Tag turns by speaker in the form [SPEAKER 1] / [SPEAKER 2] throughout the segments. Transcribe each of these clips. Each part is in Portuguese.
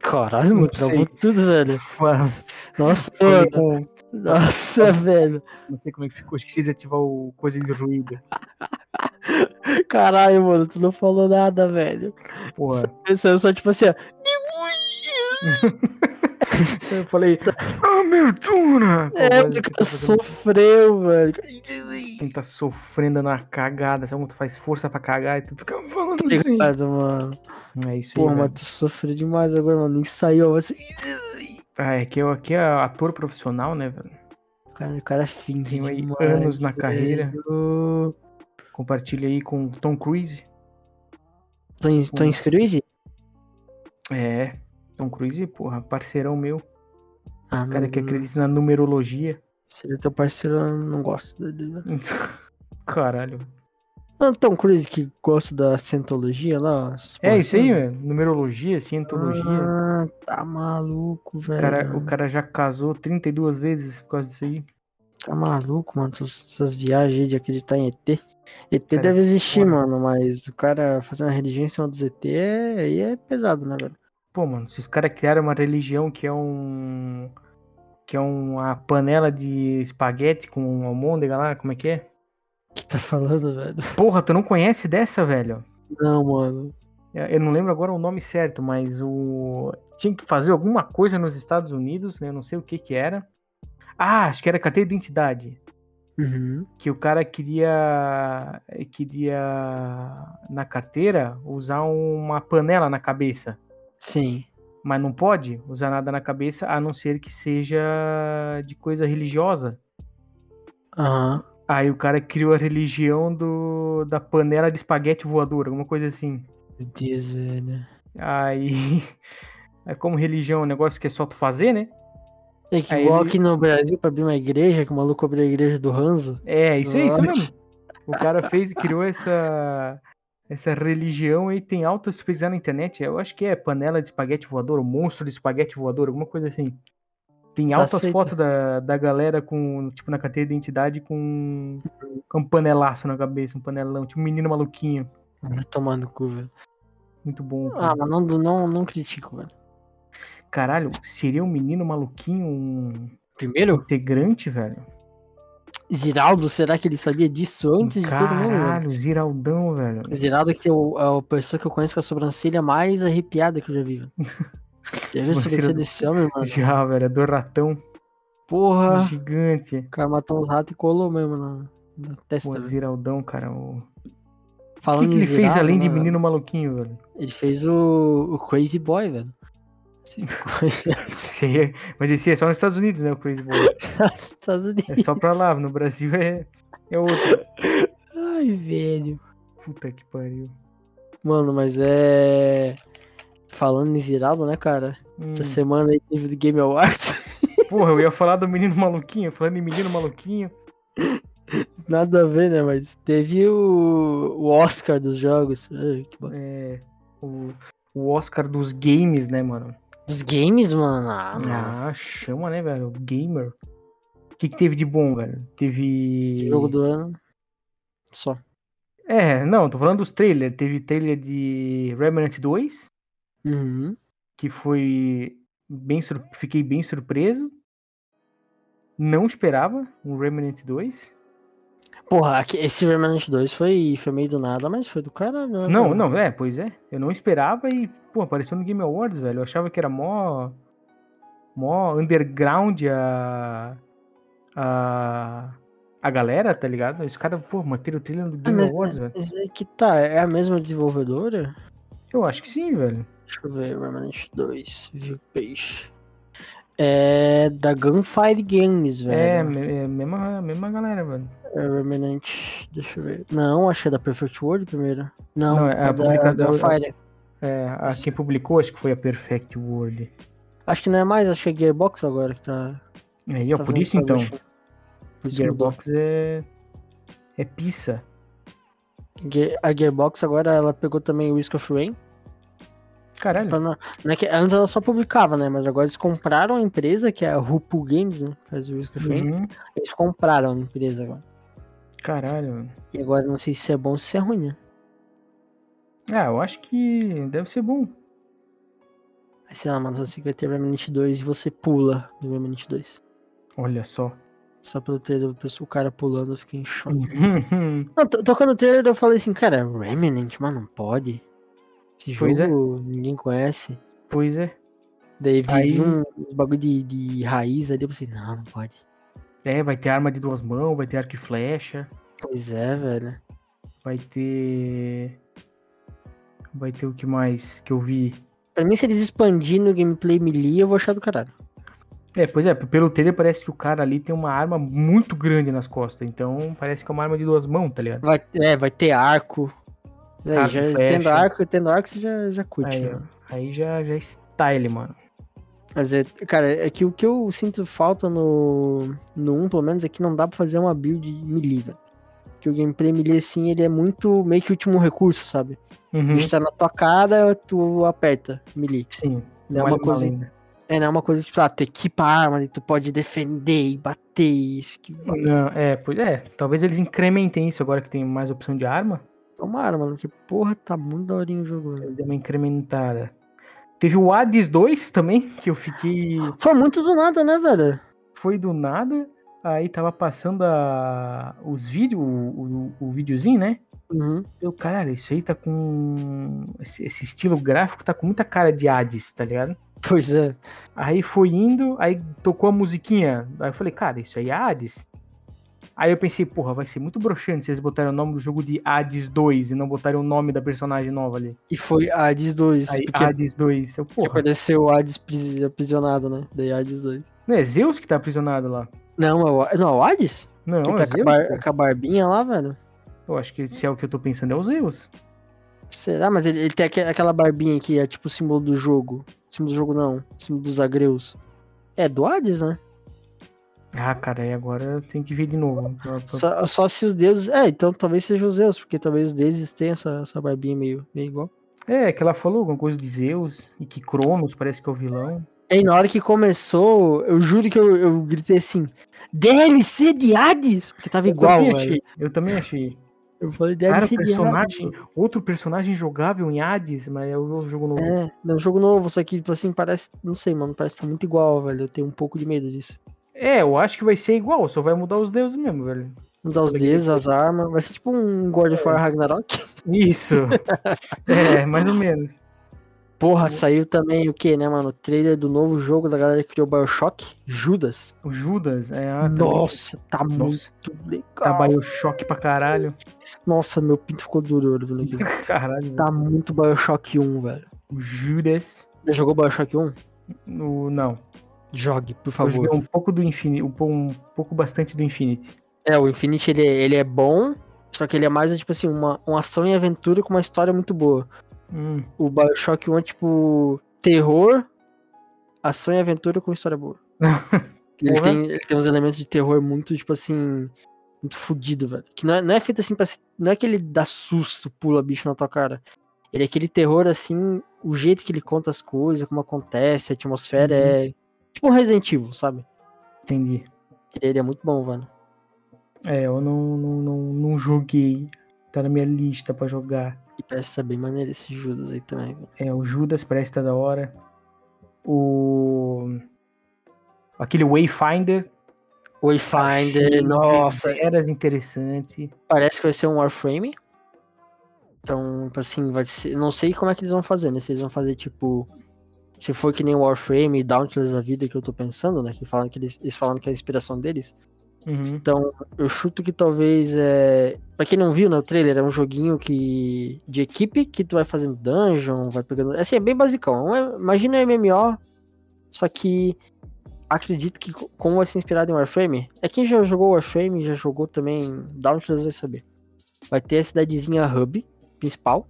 [SPEAKER 1] Caralho, mano,
[SPEAKER 2] sei.
[SPEAKER 1] travou tudo, velho.
[SPEAKER 2] Mano,
[SPEAKER 1] Nossa,
[SPEAKER 2] eu
[SPEAKER 1] mano.
[SPEAKER 2] não,
[SPEAKER 1] Nossa, velho.
[SPEAKER 2] não sei como é que ficou. Esqueci de ativar o coisa de ruído.
[SPEAKER 1] Caralho, mano, tu não falou nada, velho.
[SPEAKER 2] Porra.
[SPEAKER 1] Pensando só tipo assim, ó.
[SPEAKER 2] Eu falei, "Ah, abertura! Com a
[SPEAKER 1] É,
[SPEAKER 2] voz
[SPEAKER 1] o
[SPEAKER 2] de
[SPEAKER 1] cara
[SPEAKER 2] quem tá fazendo-
[SPEAKER 1] sofreu, velho.
[SPEAKER 2] Quem tá sofrendo na cagada, sabe? quando Tu faz força pra cagar e tu fica falando
[SPEAKER 1] Tá
[SPEAKER 2] assim.
[SPEAKER 1] ligado, mano?
[SPEAKER 2] É isso aí.
[SPEAKER 1] Pô,
[SPEAKER 2] velho.
[SPEAKER 1] mas tu sofreu demais agora, mano. Nem saiu, ó, assim.
[SPEAKER 2] Ah, é que eu aqui é ator profissional, né, velho?
[SPEAKER 1] Cara, o cara finge
[SPEAKER 2] Tenho aí
[SPEAKER 1] demais,
[SPEAKER 2] anos na
[SPEAKER 1] velho.
[SPEAKER 2] carreira. Compartilha aí com Tom Cruise.
[SPEAKER 1] Tô em, tô em Cruise?
[SPEAKER 2] É, Tom Cruise, porra, parceirão meu.
[SPEAKER 1] Ah,
[SPEAKER 2] Cara que
[SPEAKER 1] mano,
[SPEAKER 2] acredita na numerologia.
[SPEAKER 1] Se ele é teu parceiro, eu não gosto dele, né?
[SPEAKER 2] Caralho.
[SPEAKER 1] Não, Tom Cruise que gosta da cientologia lá, ó. essas
[SPEAKER 2] É
[SPEAKER 1] porra
[SPEAKER 2] isso aí,
[SPEAKER 1] toda.
[SPEAKER 2] velho. Numerologia, cientologia.
[SPEAKER 1] Ah, tá maluco,
[SPEAKER 2] O
[SPEAKER 1] velho.
[SPEAKER 2] cara, o cara já casou 32 vezes por causa disso aí.
[SPEAKER 1] Tá maluco, mano, essas, essas viagens aí de acreditar em ET. ET
[SPEAKER 2] Cara,
[SPEAKER 1] deve existir,
[SPEAKER 2] foda.
[SPEAKER 1] mano, mas o cara fazendo uma religião em cima dos ET é, aí é pesado, né, velho?
[SPEAKER 2] Pô, mano, se os caras criaram uma religião que é um. Que é uma panela de espaguete com almôndega lá, como é que é?
[SPEAKER 1] que tá falando, velho?
[SPEAKER 2] Porra, tu não conhece dessa, velho?
[SPEAKER 1] Não, mano.
[SPEAKER 2] Eu eu não lembro agora o nome certo, mas o tinha que fazer alguma coisa nos Estados Unidos, né? Eu não sei o que que era. Ah, acho que era carteira de identidade,
[SPEAKER 1] Uhum.
[SPEAKER 2] que o cara queria queria na carteira usar uma panela na cabeça,
[SPEAKER 1] Sim.
[SPEAKER 2] mas não pode usar nada na cabeça a não ser que seja de coisa religiosa.
[SPEAKER 1] Aham.
[SPEAKER 2] Aí o cara criou a religião do da panela de espaguete voadora, alguma coisa assim.
[SPEAKER 1] Meu Deus, velho.
[SPEAKER 2] Aí, é como religião, é um negócio que é só tu fazer, né?
[SPEAKER 1] É que
[SPEAKER 2] Aí
[SPEAKER 1] igual
[SPEAKER 2] ele-
[SPEAKER 1] aqui no Brasil, pra abrir uma igreja, que o maluco abriu a igreja do Hanzo.
[SPEAKER 2] É, isso é isso
[SPEAKER 1] Nossa.
[SPEAKER 2] mesmo. O cara fez, criou essa essa religião e tem altas pesquisas na internet. Eu acho que é panela de espaguete voador, ou monstro de espaguete voador, alguma coisa assim. Tem
[SPEAKER 1] Tá
[SPEAKER 2] altas
[SPEAKER 1] aceito.
[SPEAKER 2] fotos da, da galera com, tipo, na carteira de identidade com, com um panelaço na cabeça, um panelão, tipo um menino maluquinho.
[SPEAKER 1] Vai tomar no cu, velho.
[SPEAKER 2] Muito bom. cara.
[SPEAKER 1] Ah, mas não, não, não critico, velho.
[SPEAKER 2] Caralho, seria um menino maluquinho um
[SPEAKER 1] Primeiro,
[SPEAKER 2] integrante, velho? Um
[SPEAKER 1] Ziraldo, será que ele sabia disso antes de todo mundo? velho?
[SPEAKER 2] Caralho, Ziraldão, velho.
[SPEAKER 1] Ziraldo que é o- é a pessoa que eu conheço com a sobrancelha mais arrepiada que eu já vi. velho. Já viu a
[SPEAKER 2] Sobrancelha
[SPEAKER 1] sobrancelha
[SPEAKER 2] do-
[SPEAKER 1] desse homem, mano?
[SPEAKER 2] Já, velho, é do ratão
[SPEAKER 1] Porra!
[SPEAKER 2] gigante.
[SPEAKER 1] O cara matou uns ratos e colou mesmo na, na testa.
[SPEAKER 2] Pô,
[SPEAKER 1] velho.
[SPEAKER 2] Ziraldão, cara. O o
[SPEAKER 1] Falando
[SPEAKER 2] que, que
[SPEAKER 1] em
[SPEAKER 2] ele fez
[SPEAKER 1] Ziraldo,
[SPEAKER 2] além de
[SPEAKER 1] né, velho?
[SPEAKER 2] menino maluquinho, velho?
[SPEAKER 1] Ele fez o, o Crazy Boy, velho. Não sei se tu conhece.
[SPEAKER 2] Esse aí é- Mas esse é só nos Estados Unidos, né? O Crazy Boy.
[SPEAKER 1] Nos Estados Unidos.
[SPEAKER 2] É só pra lá, no Brasil é, é outro.
[SPEAKER 1] Ai, velho.
[SPEAKER 2] Puta que pariu.
[SPEAKER 1] Mano, mas é. Falando em Ziraldo, né, cara?
[SPEAKER 2] Hum,
[SPEAKER 1] Essa semana aí teve do Game Awards.
[SPEAKER 2] porra, eu ia falar do menino maluquinho, falando em menino maluquinho.
[SPEAKER 1] Nada a ver, né? Mas teve o, o Oscar dos jogos. Ai, que bosta.
[SPEAKER 2] É, o, o Oscar dos games, né, mano?
[SPEAKER 1] Dos games, mano? Ah, não.
[SPEAKER 2] Ah, chama, né, velho? Gamer. O que, que teve de bom, velho? Teve.
[SPEAKER 1] Jogo do ano. Só.
[SPEAKER 2] É, não, tô falando dos trailers. Teve trailer de Remnant 2,
[SPEAKER 1] Uhum.
[SPEAKER 2] que foi bem sur- fiquei bem surpreso. Não esperava um Remnant 2.
[SPEAKER 1] Porra, aqui- esse Remnant 2 foi, foi meio do nada, mas foi do caralho. né,
[SPEAKER 2] Não,
[SPEAKER 1] mano?
[SPEAKER 2] não, é, pois é. Eu não esperava e, pô, apareceu no Game Awards, velho. Eu achava que era mó mó underground a a a galera, tá ligado? Os caras, pô, manteram o trailer do
[SPEAKER 1] Ah,
[SPEAKER 2] Game
[SPEAKER 1] mas,
[SPEAKER 2] Awards, velho.
[SPEAKER 1] mas é que tá, é a mesma desenvolvedora?
[SPEAKER 2] Eu acho que sim, velho.
[SPEAKER 1] Deixa eu ver, Remnant 2, View Page. É da Gunfire Games,
[SPEAKER 2] É,
[SPEAKER 1] velho.
[SPEAKER 2] me- é a mesma, a mesma galera, velho.
[SPEAKER 1] É, Remnant, deixa eu ver. Não, acho que é da Perfect World primeiro. Não,
[SPEAKER 2] Não, é
[SPEAKER 1] é,
[SPEAKER 2] a
[SPEAKER 1] da
[SPEAKER 2] publicadora-
[SPEAKER 1] Gunfire.
[SPEAKER 2] É, a, quem publicou acho que foi a Perfect World.
[SPEAKER 1] Acho que não é mais, acho que é Gearbox agora que tá.
[SPEAKER 2] Aí, ó,
[SPEAKER 1] tá
[SPEAKER 2] por
[SPEAKER 1] fazendo
[SPEAKER 2] isso então,
[SPEAKER 1] publishing. Por isso que mudou.
[SPEAKER 2] Gearbox é é pizza.
[SPEAKER 1] Ge- A Gearbox agora ela pegou também o Risk of Rain.
[SPEAKER 2] Caralho.
[SPEAKER 1] Pra não- não é que- antes ela só publicava, né? Mas agora eles compraram a empresa, que é a Rupu Games, né? que Faz o Risk of Rain.
[SPEAKER 2] Uhum.
[SPEAKER 1] Eles compraram a empresa agora.
[SPEAKER 2] Caralho. mano.
[SPEAKER 1] E agora não sei se é bom ou se é ruim, né?
[SPEAKER 2] Ah, eu acho que deve ser bom.
[SPEAKER 1] Aí, sei lá, mano, só sei que vai ter Remnant 2 e você pula no Remnant 2.
[SPEAKER 2] Olha só.
[SPEAKER 1] Só pelo trailer, o pessoal- o cara pulando, eu fiquei em choque.
[SPEAKER 2] Uhum.
[SPEAKER 1] Não, to- tocando o trailer, eu falei assim, cara, Remnant, mano, não pode. Esse
[SPEAKER 2] Pois é.
[SPEAKER 1] jogo ninguém conhece.
[SPEAKER 2] pois é.
[SPEAKER 1] Daí vi,
[SPEAKER 2] Aí-
[SPEAKER 1] vi um uns bagulho de, de raiz ali, eu pensei, não, não pode.
[SPEAKER 2] É, vai ter arma de duas mãos, vai ter arco e flecha,
[SPEAKER 1] Pois é, velho.
[SPEAKER 2] vai ter. Vai ter o que mais que eu vi?
[SPEAKER 1] Pra mim, se eles expandirem no gameplay melee, eu vou achar do caralho.
[SPEAKER 2] É, pois é, pelo trailer parece que o cara ali tem uma arma muito grande nas costas, então parece que é uma arma de duas mãos, tá ligado?
[SPEAKER 1] Vai, é, vai ter arco. Daí,
[SPEAKER 2] Arco,
[SPEAKER 1] já
[SPEAKER 2] flecha.
[SPEAKER 1] tendo arco, tendo arco, você já, já curte,
[SPEAKER 2] Aí,
[SPEAKER 1] né?
[SPEAKER 2] aí já, já é style, mano.
[SPEAKER 1] Mas, é, cara, é que o que eu sinto falta no, no 1, pelo menos, é que não dá pra fazer uma build melee, velho. Que o gameplay melee, assim, ele é muito meio que último recurso, sabe? O
[SPEAKER 2] Uhum,
[SPEAKER 1] bicho tá na tua cara, tu aperta melee.
[SPEAKER 2] Sim,
[SPEAKER 1] Não é
[SPEAKER 2] vale
[SPEAKER 1] uma coisa,
[SPEAKER 2] ainda.
[SPEAKER 1] é, não é uma coisa que, tipo, ah, tu equipa a arma, daí tu pode defender e bater e esquivar.
[SPEAKER 2] Não, é, pois é, talvez eles incrementem isso agora que tem mais opção de arma.
[SPEAKER 1] Tomara, mano, porque, porra, tá muito daorinho o jogo, velho.
[SPEAKER 2] Deu uma incrementada. Teve o Hades 2 também, que eu fiquei.
[SPEAKER 1] Foi muito do nada, né, velho?
[SPEAKER 2] Foi do nada. Aí tava passando a- os vídeos, o, o, o videozinho, né?
[SPEAKER 1] Uhum.
[SPEAKER 2] Eu, caralho, isso aí tá com. Esse, esse estilo gráfico tá com muita cara de Hades, tá ligado?
[SPEAKER 1] Pois é.
[SPEAKER 2] Aí foi indo, aí tocou a musiquinha. Aí eu falei, cara, isso aí é Hades? Aí eu pensei, porra, vai ser muito broxante se eles botarem o nome do jogo de Hades 2 e não botarem o nome da personagem nova ali.
[SPEAKER 1] E foi Hades 2,
[SPEAKER 2] Aí,
[SPEAKER 1] porque, tipo,
[SPEAKER 2] Hades 2. Eu,
[SPEAKER 1] porque
[SPEAKER 2] porra,
[SPEAKER 1] apareceu o Hades pris- aprisionado, né? Daí Hades 2.
[SPEAKER 2] não é Zeus que tá aprisionado lá?
[SPEAKER 1] Não, é o, não, é o Hades?
[SPEAKER 2] Não,
[SPEAKER 1] Que
[SPEAKER 2] é
[SPEAKER 1] tá
[SPEAKER 2] Zeus.
[SPEAKER 1] com a, bar-
[SPEAKER 2] pô.
[SPEAKER 1] com a barbinha lá, velho?
[SPEAKER 2] Eu acho que se é o que eu tô pensando é o Zeus.
[SPEAKER 1] Será? Mas ele, ele tem aque- aquela barbinha que é tipo o símbolo do jogo. Símbolo do jogo não, símbolo dos agreus. É do Hades, né?
[SPEAKER 2] Ah, cara, aí agora tem que ver de novo. né? Tô- tô-
[SPEAKER 1] Só, só se os deuses. É, então talvez seja os Zeus, porque talvez os deuses tenham essa, essa barbinha meio, meio igual.
[SPEAKER 2] É, que ela falou alguma coisa de Zeus e que Cronos parece que é o vilão.
[SPEAKER 1] E na hora que começou, eu juro que eu, eu gritei assim: DLC de Hades? Porque tava igual,
[SPEAKER 2] eu também
[SPEAKER 1] velho.
[SPEAKER 2] achei. Eu também achei.
[SPEAKER 1] Eu falei
[SPEAKER 2] Cara,
[SPEAKER 1] DLC de Hades.
[SPEAKER 2] personagem, outro personagem jogável em Hades, mas é o jogo novo.
[SPEAKER 1] É, é um jogo novo, só que, tipo assim, parece. Não sei, mano, parece que tá muito igual, velho. Eu tenho um pouco de medo disso.
[SPEAKER 2] É, eu acho que vai ser igual, só vai mudar os deuses mesmo, velho.
[SPEAKER 1] Mudar os
[SPEAKER 2] Daquele
[SPEAKER 1] Um deuses, as armas. Vai ser tipo um God of
[SPEAKER 2] É.
[SPEAKER 1] War Ragnarok.
[SPEAKER 2] Isso. é, mais ou menos.
[SPEAKER 1] Porra,
[SPEAKER 2] Uhum.
[SPEAKER 1] saiu também o que, né, mano? O trailer do novo jogo da galera que criou Bioshock, Judas.
[SPEAKER 2] O Judas, é a.
[SPEAKER 1] Nossa, tá
[SPEAKER 2] Nossa.
[SPEAKER 1] muito legal.
[SPEAKER 2] Tá Bioshock pra caralho.
[SPEAKER 1] Nossa, meu pinto ficou duro, olha, vendo aqui.
[SPEAKER 2] Caralho, velho.
[SPEAKER 1] Tá muito Bioshock 1, velho.
[SPEAKER 2] O Judas.
[SPEAKER 1] Já jogou Bioshock 1?
[SPEAKER 2] No, não.
[SPEAKER 1] Jogue, por
[SPEAKER 2] Eu
[SPEAKER 1] favor.
[SPEAKER 2] joguei um pouco do Infinity, um, pou- um pouco bastante do Infinity.
[SPEAKER 1] É, o Infinity, ele, é- ele é bom, só que ele é mais, tipo assim, uma, uma ação e aventura com uma história muito boa.
[SPEAKER 2] Hum,
[SPEAKER 1] O Bioshock 1 é, tipo, terror, ação e aventura com história boa. Ele
[SPEAKER 2] Porra.
[SPEAKER 1] tem, ele tem uns elementos de terror muito, tipo assim, muito fudido, velho. Que não é, não é feito assim pra ser, Não é que ele dá susto, pula bicho na tua cara. Ele é aquele terror, assim, o jeito que ele conta as coisas, como acontece, a atmosfera é. Tipo um Resident Evil, sabe?
[SPEAKER 2] entendi.
[SPEAKER 1] Ele, ele é muito bom, velho.
[SPEAKER 2] É, eu não, não, não, não joguei. Tá na minha lista pra jogar.
[SPEAKER 1] E parece ser bem maneiro esse Judas aí também, velho.
[SPEAKER 2] É, o Judas parece que tá da hora. O. Aquele Wayfinder.
[SPEAKER 1] Wayfinder, nossa,
[SPEAKER 2] Eras interessante.
[SPEAKER 1] parece que vai ser um Warframe. Então, tipo assim, vai ser. Não sei como é que eles vão fazer, né? Se eles vão fazer tipo. Se for que nem o Warframe e Dauntless da vida que eu tô pensando, né? Que, falam que eles, eles falam que é a inspiração deles.
[SPEAKER 2] Uhum.
[SPEAKER 1] Então, eu chuto que talvez é. Pra quem não viu, né? O trailer é um joguinho que. de equipe que tu vai fazendo dungeon, vai pegando. Assim, é bem basicão. É um- Imagina um MMO, só que. Acredito que co- como vai ser inspirado em Warframe, é quem já jogou Warframe, já jogou também um Dauntless vai saber. Vai ter a cidadezinha hub principal.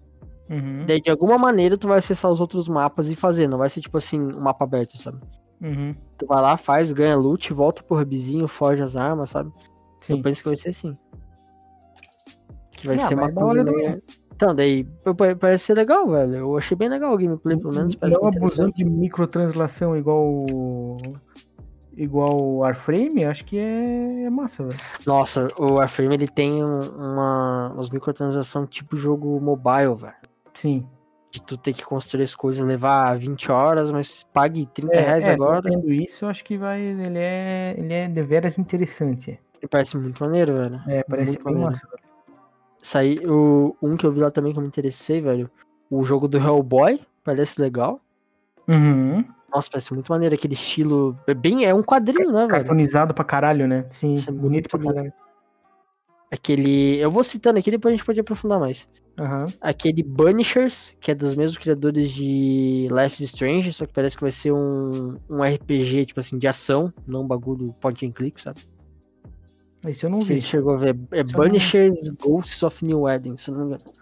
[SPEAKER 2] Uhum.
[SPEAKER 1] Daí de alguma maneira tu vai acessar os outros mapas e fazer, não vai ser tipo assim, um mapa aberto, sabe?
[SPEAKER 2] Uhum.
[SPEAKER 1] Tu vai lá, faz, ganha loot, volta pro hubzinho, forja as armas, sabe?
[SPEAKER 2] Sim.
[SPEAKER 1] Eu penso que vai ser assim. Que vai
[SPEAKER 2] Ah,
[SPEAKER 1] ser uma
[SPEAKER 2] mas da hora
[SPEAKER 1] coisa meio... Então, daí pa- pa- parece ser legal, velho. Eu achei bem legal o gameplay, pelo menos parece
[SPEAKER 2] Não é um
[SPEAKER 1] bem interessante.
[SPEAKER 2] abusando de microtranslação igual. o- Igual o Warframe, acho que é, é massa, velho.
[SPEAKER 1] Nossa, o Warframe ele tem um- uma, umas microtransações tipo jogo mobile, velho.
[SPEAKER 2] Sim.
[SPEAKER 1] de tu ter que construir as coisas, levar 20 horas, mas pague 30 reais agora.
[SPEAKER 2] É, Tendo isso, eu acho que vai. Ele é, ele é deveras interessante.
[SPEAKER 1] E Parece muito maneiro, velho.
[SPEAKER 2] É, parece
[SPEAKER 1] Muito
[SPEAKER 2] bem
[SPEAKER 1] maneiro.
[SPEAKER 2] massa.
[SPEAKER 1] Saí, o, um que eu vi lá também que eu me interessei, velho. O jogo do Hellboy, parece legal.
[SPEAKER 2] Uhum.
[SPEAKER 1] Nossa, parece muito maneiro aquele estilo. É bem, é um quadrinho, né, velho?
[SPEAKER 2] Cartonizado pra caralho, né? Sim,
[SPEAKER 1] Isso é
[SPEAKER 2] bonito
[SPEAKER 1] muito
[SPEAKER 2] pra caralho.
[SPEAKER 1] Aquele. Eu vou citando aqui, depois a gente pode aprofundar mais.
[SPEAKER 2] Aham.
[SPEAKER 1] Aquele Bunishers, que é dos mesmos criadores de Life is Strange, só que parece que vai ser um, um RPG, tipo assim, de ação, não um bagulho point and click, sabe?
[SPEAKER 2] Esse eu não
[SPEAKER 1] Não sei
[SPEAKER 2] vi.
[SPEAKER 1] se chegou a ver. É
[SPEAKER 2] eu não-
[SPEAKER 1] Bunishers Ghosts of New Eden, se eu não me engano.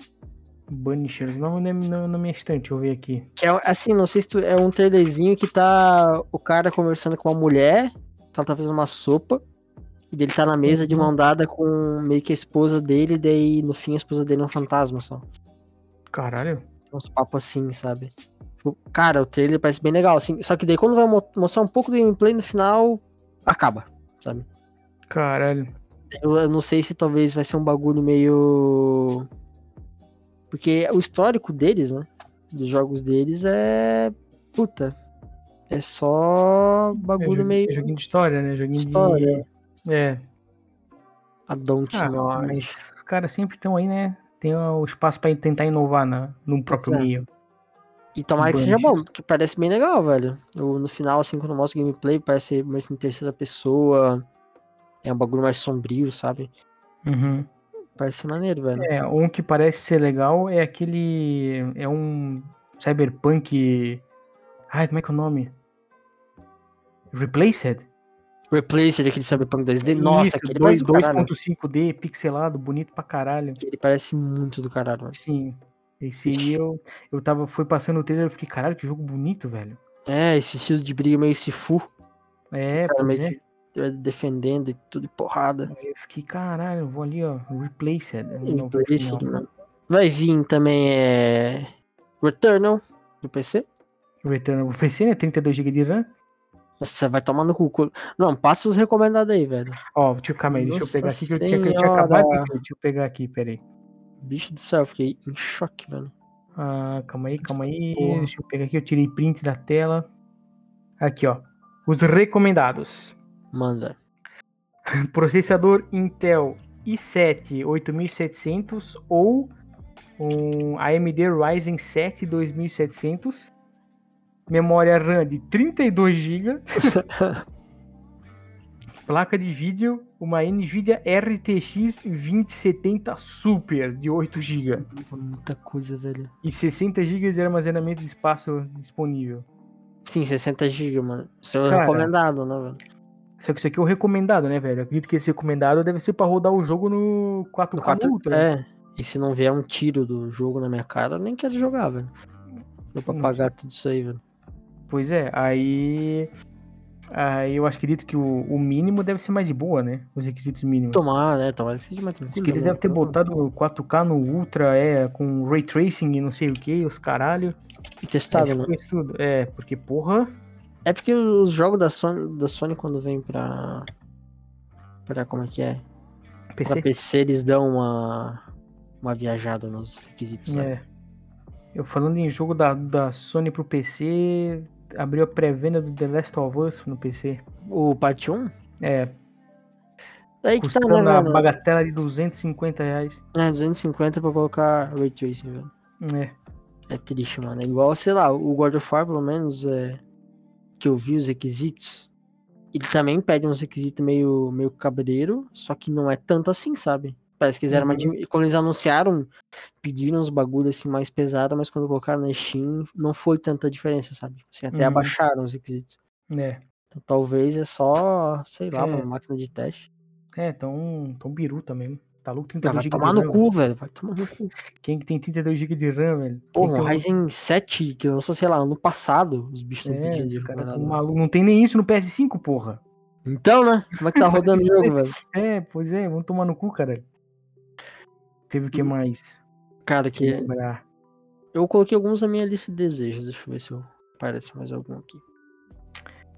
[SPEAKER 2] Bunishers, não na, na, na minha estante, eu vi aqui.
[SPEAKER 1] Que é assim, não sei se tu, é um trailerzinho que tá o cara conversando com uma mulher, que ela tá fazendo uma sopa, e dele tá na mesa de mão dada com meio que a esposa dele, daí no fim a esposa dele é um fantasma só.
[SPEAKER 2] Caralho.
[SPEAKER 1] Tem uns papos assim, sabe? Tipo, cara, o trailer parece bem legal, assim, só que daí quando vai mo- mostrar um pouco do gameplay no final, acaba, sabe?
[SPEAKER 2] Caralho.
[SPEAKER 1] Eu, eu não sei se talvez vai ser um bagulho meio. Porque o histórico deles, né? Dos jogos deles é. Puta. É só
[SPEAKER 2] É
[SPEAKER 1] bagulho
[SPEAKER 2] joguinho,
[SPEAKER 1] meio.
[SPEAKER 2] é joguinho de história, né? Joguinho
[SPEAKER 1] História.
[SPEAKER 2] de. É.
[SPEAKER 1] A Donkey
[SPEAKER 2] Ah,
[SPEAKER 1] Kong.
[SPEAKER 2] mas os caras sempre estão aí, né? Tem ó, o espaço pra tentar inovar na, no próprio
[SPEAKER 1] Pois é.
[SPEAKER 2] meio.
[SPEAKER 1] E tomara que seja
[SPEAKER 2] Banjo.
[SPEAKER 1] bom, porque parece bem legal, velho. Eu, no final, assim, quando mostra o gameplay, parece mais em terceira pessoa. É um bagulho mais sombrio, sabe?
[SPEAKER 2] Uhum.
[SPEAKER 1] Parece maneiro, velho.
[SPEAKER 2] É, um que parece ser legal é aquele. É um cyberpunk. Ai, como é que é o nome? Replaced?
[SPEAKER 1] Replacer aquele Cyberpunk 2D. Nossa,
[SPEAKER 2] Isso,
[SPEAKER 1] aquele
[SPEAKER 2] dois-
[SPEAKER 1] parece do caralho.
[SPEAKER 2] 2.5D pixelado, bonito pra caralho.
[SPEAKER 1] Ele parece muito do caralho, velho.
[SPEAKER 2] Sim. Esse aí
[SPEAKER 1] Ixi.
[SPEAKER 2] eu, eu tava, fui passando o trailer e fiquei, caralho, que jogo bonito, velho.
[SPEAKER 1] É, esse estilo de briga meio Sifu.
[SPEAKER 2] É,
[SPEAKER 1] cara
[SPEAKER 2] pois
[SPEAKER 1] meio
[SPEAKER 2] é.
[SPEAKER 1] é, defendendo e tudo e porrada.
[SPEAKER 2] Aí Eu fiquei, caralho, eu vou ali, ó, replaced.
[SPEAKER 1] E
[SPEAKER 2] Não,
[SPEAKER 1] por isso,
[SPEAKER 2] não.
[SPEAKER 1] mano. Vai vir também é... Returnal do PC.
[SPEAKER 2] Return of PC, né? 32GB de RAM.
[SPEAKER 1] Nossa, vai tomar no cu. co- Não, passa os recomendados aí, velho.
[SPEAKER 2] Ó, deixa eu calma aí, deixa eu
[SPEAKER 1] Nossa
[SPEAKER 2] pegar aqui que eu tinha, que eu tinha
[SPEAKER 1] Senhora.
[SPEAKER 2] acabado. de ver, Deixa eu pegar aqui, peraí.
[SPEAKER 1] Bicho do céu, fiquei em choque, velho.
[SPEAKER 2] Ah, calma aí, calma aí.
[SPEAKER 1] Porra.
[SPEAKER 2] Deixa eu pegar aqui, eu tirei print da tela. Aqui, ó. Os recomendados.
[SPEAKER 1] Manda.
[SPEAKER 2] Processador Intel i7 8700 ou um AMD Ryzen 7 2700. Memória RAM de 32 GB. Placa de vídeo, uma Nvidia RTX 2070 Super de 8 GB
[SPEAKER 1] Nossa, Muita coisa, velho.
[SPEAKER 2] e 60 GB de armazenamento de espaço disponível.
[SPEAKER 1] Sim, 60 GB, mano. Isso é o
[SPEAKER 2] Cara.
[SPEAKER 1] recomendado, né, velho?
[SPEAKER 2] Só que isso aqui é o recomendado, né, velho? Acredito que esse recomendado deve ser pra rodar o jogo no 4K
[SPEAKER 1] No quatro-
[SPEAKER 2] Ultra. né?
[SPEAKER 1] É. E se não vier um tiro do jogo na minha cara, eu nem quero jogar, velho. Deu pra
[SPEAKER 2] Não.
[SPEAKER 1] pagar tudo isso aí, velho.
[SPEAKER 2] Pois é, aí. Aí eu acredito que o, o mínimo deve ser mais de boa, né? Os requisitos mínimos.
[SPEAKER 1] Tomar, né? Tomara que seja mais
[SPEAKER 2] Acho
[SPEAKER 1] tranquilo.
[SPEAKER 2] que eles
[SPEAKER 1] né?
[SPEAKER 2] devem ter botado o 4K no Ultra, é, com ray tracing e não sei o que, os caralho.
[SPEAKER 1] E testado,
[SPEAKER 2] Acho
[SPEAKER 1] né?
[SPEAKER 2] que isso tudo. É, porque porra.
[SPEAKER 1] É porque os jogos da Sony, da Sony quando vem pra. pra como é que é?
[SPEAKER 2] PC.
[SPEAKER 1] Pra PC eles dão uma. uma viajada nos requisitos. né?
[SPEAKER 2] É. Eu falando em jogo da, da Sony pro PC, abriu a pré-venda do The Last of Us no PC.
[SPEAKER 1] O Part 1?
[SPEAKER 2] É,
[SPEAKER 1] Daí que tá,
[SPEAKER 2] custando
[SPEAKER 1] né,
[SPEAKER 2] a
[SPEAKER 1] velho?
[SPEAKER 2] bagatela de 250 reais.
[SPEAKER 1] É, 250 pra colocar Ray Tracing, velho.
[SPEAKER 2] É,
[SPEAKER 1] É triste, mano. É igual, sei lá, o God of War, pelo menos, é, que eu vi os requisitos. Ele também pede uns requisitos meio, meio cabreiro, só que não é tanto assim, sabe? Parece que eles eram mais
[SPEAKER 2] Uhum.
[SPEAKER 1] de- Quando eles anunciaram, pediram uns bagulho assim mais pesado, mas quando colocaram na Steam, não foi tanta diferença, sabe? Assim, até
[SPEAKER 2] Uhum.
[SPEAKER 1] abaixaram os requisitos.
[SPEAKER 2] né.
[SPEAKER 1] Então, talvez é só, sei lá,
[SPEAKER 2] É.
[SPEAKER 1] uma máquina de teste.
[SPEAKER 2] É, tão, tão biruta mesmo. Tá louco,
[SPEAKER 1] Ah,
[SPEAKER 2] 32
[SPEAKER 1] vai
[SPEAKER 2] GB
[SPEAKER 1] tomar
[SPEAKER 2] de
[SPEAKER 1] no
[SPEAKER 2] RAM.
[SPEAKER 1] cu, velho. Vai tomar no cu.
[SPEAKER 2] Quem que tem 32 GB de RAM, velho? Quem é
[SPEAKER 1] Porra, um
[SPEAKER 2] tem
[SPEAKER 1] Ryzen 7 que lançou, sei lá, ano passado, os bichos estão
[SPEAKER 2] É,
[SPEAKER 1] pedindo.
[SPEAKER 2] os caras
[SPEAKER 1] recomendado.
[SPEAKER 2] tão maluco. Não tem nem isso no PS5, porra.
[SPEAKER 1] Então, né? Como é que tá rodando o jogo, velho?
[SPEAKER 2] É, pois é, vamos tomar no cu, cara. Teve o que mais?
[SPEAKER 1] Cara, Hum, que
[SPEAKER 2] Lembrar.
[SPEAKER 1] eu coloquei alguns na minha lista de desejos. Deixa eu ver se eu aparece mais algum aqui.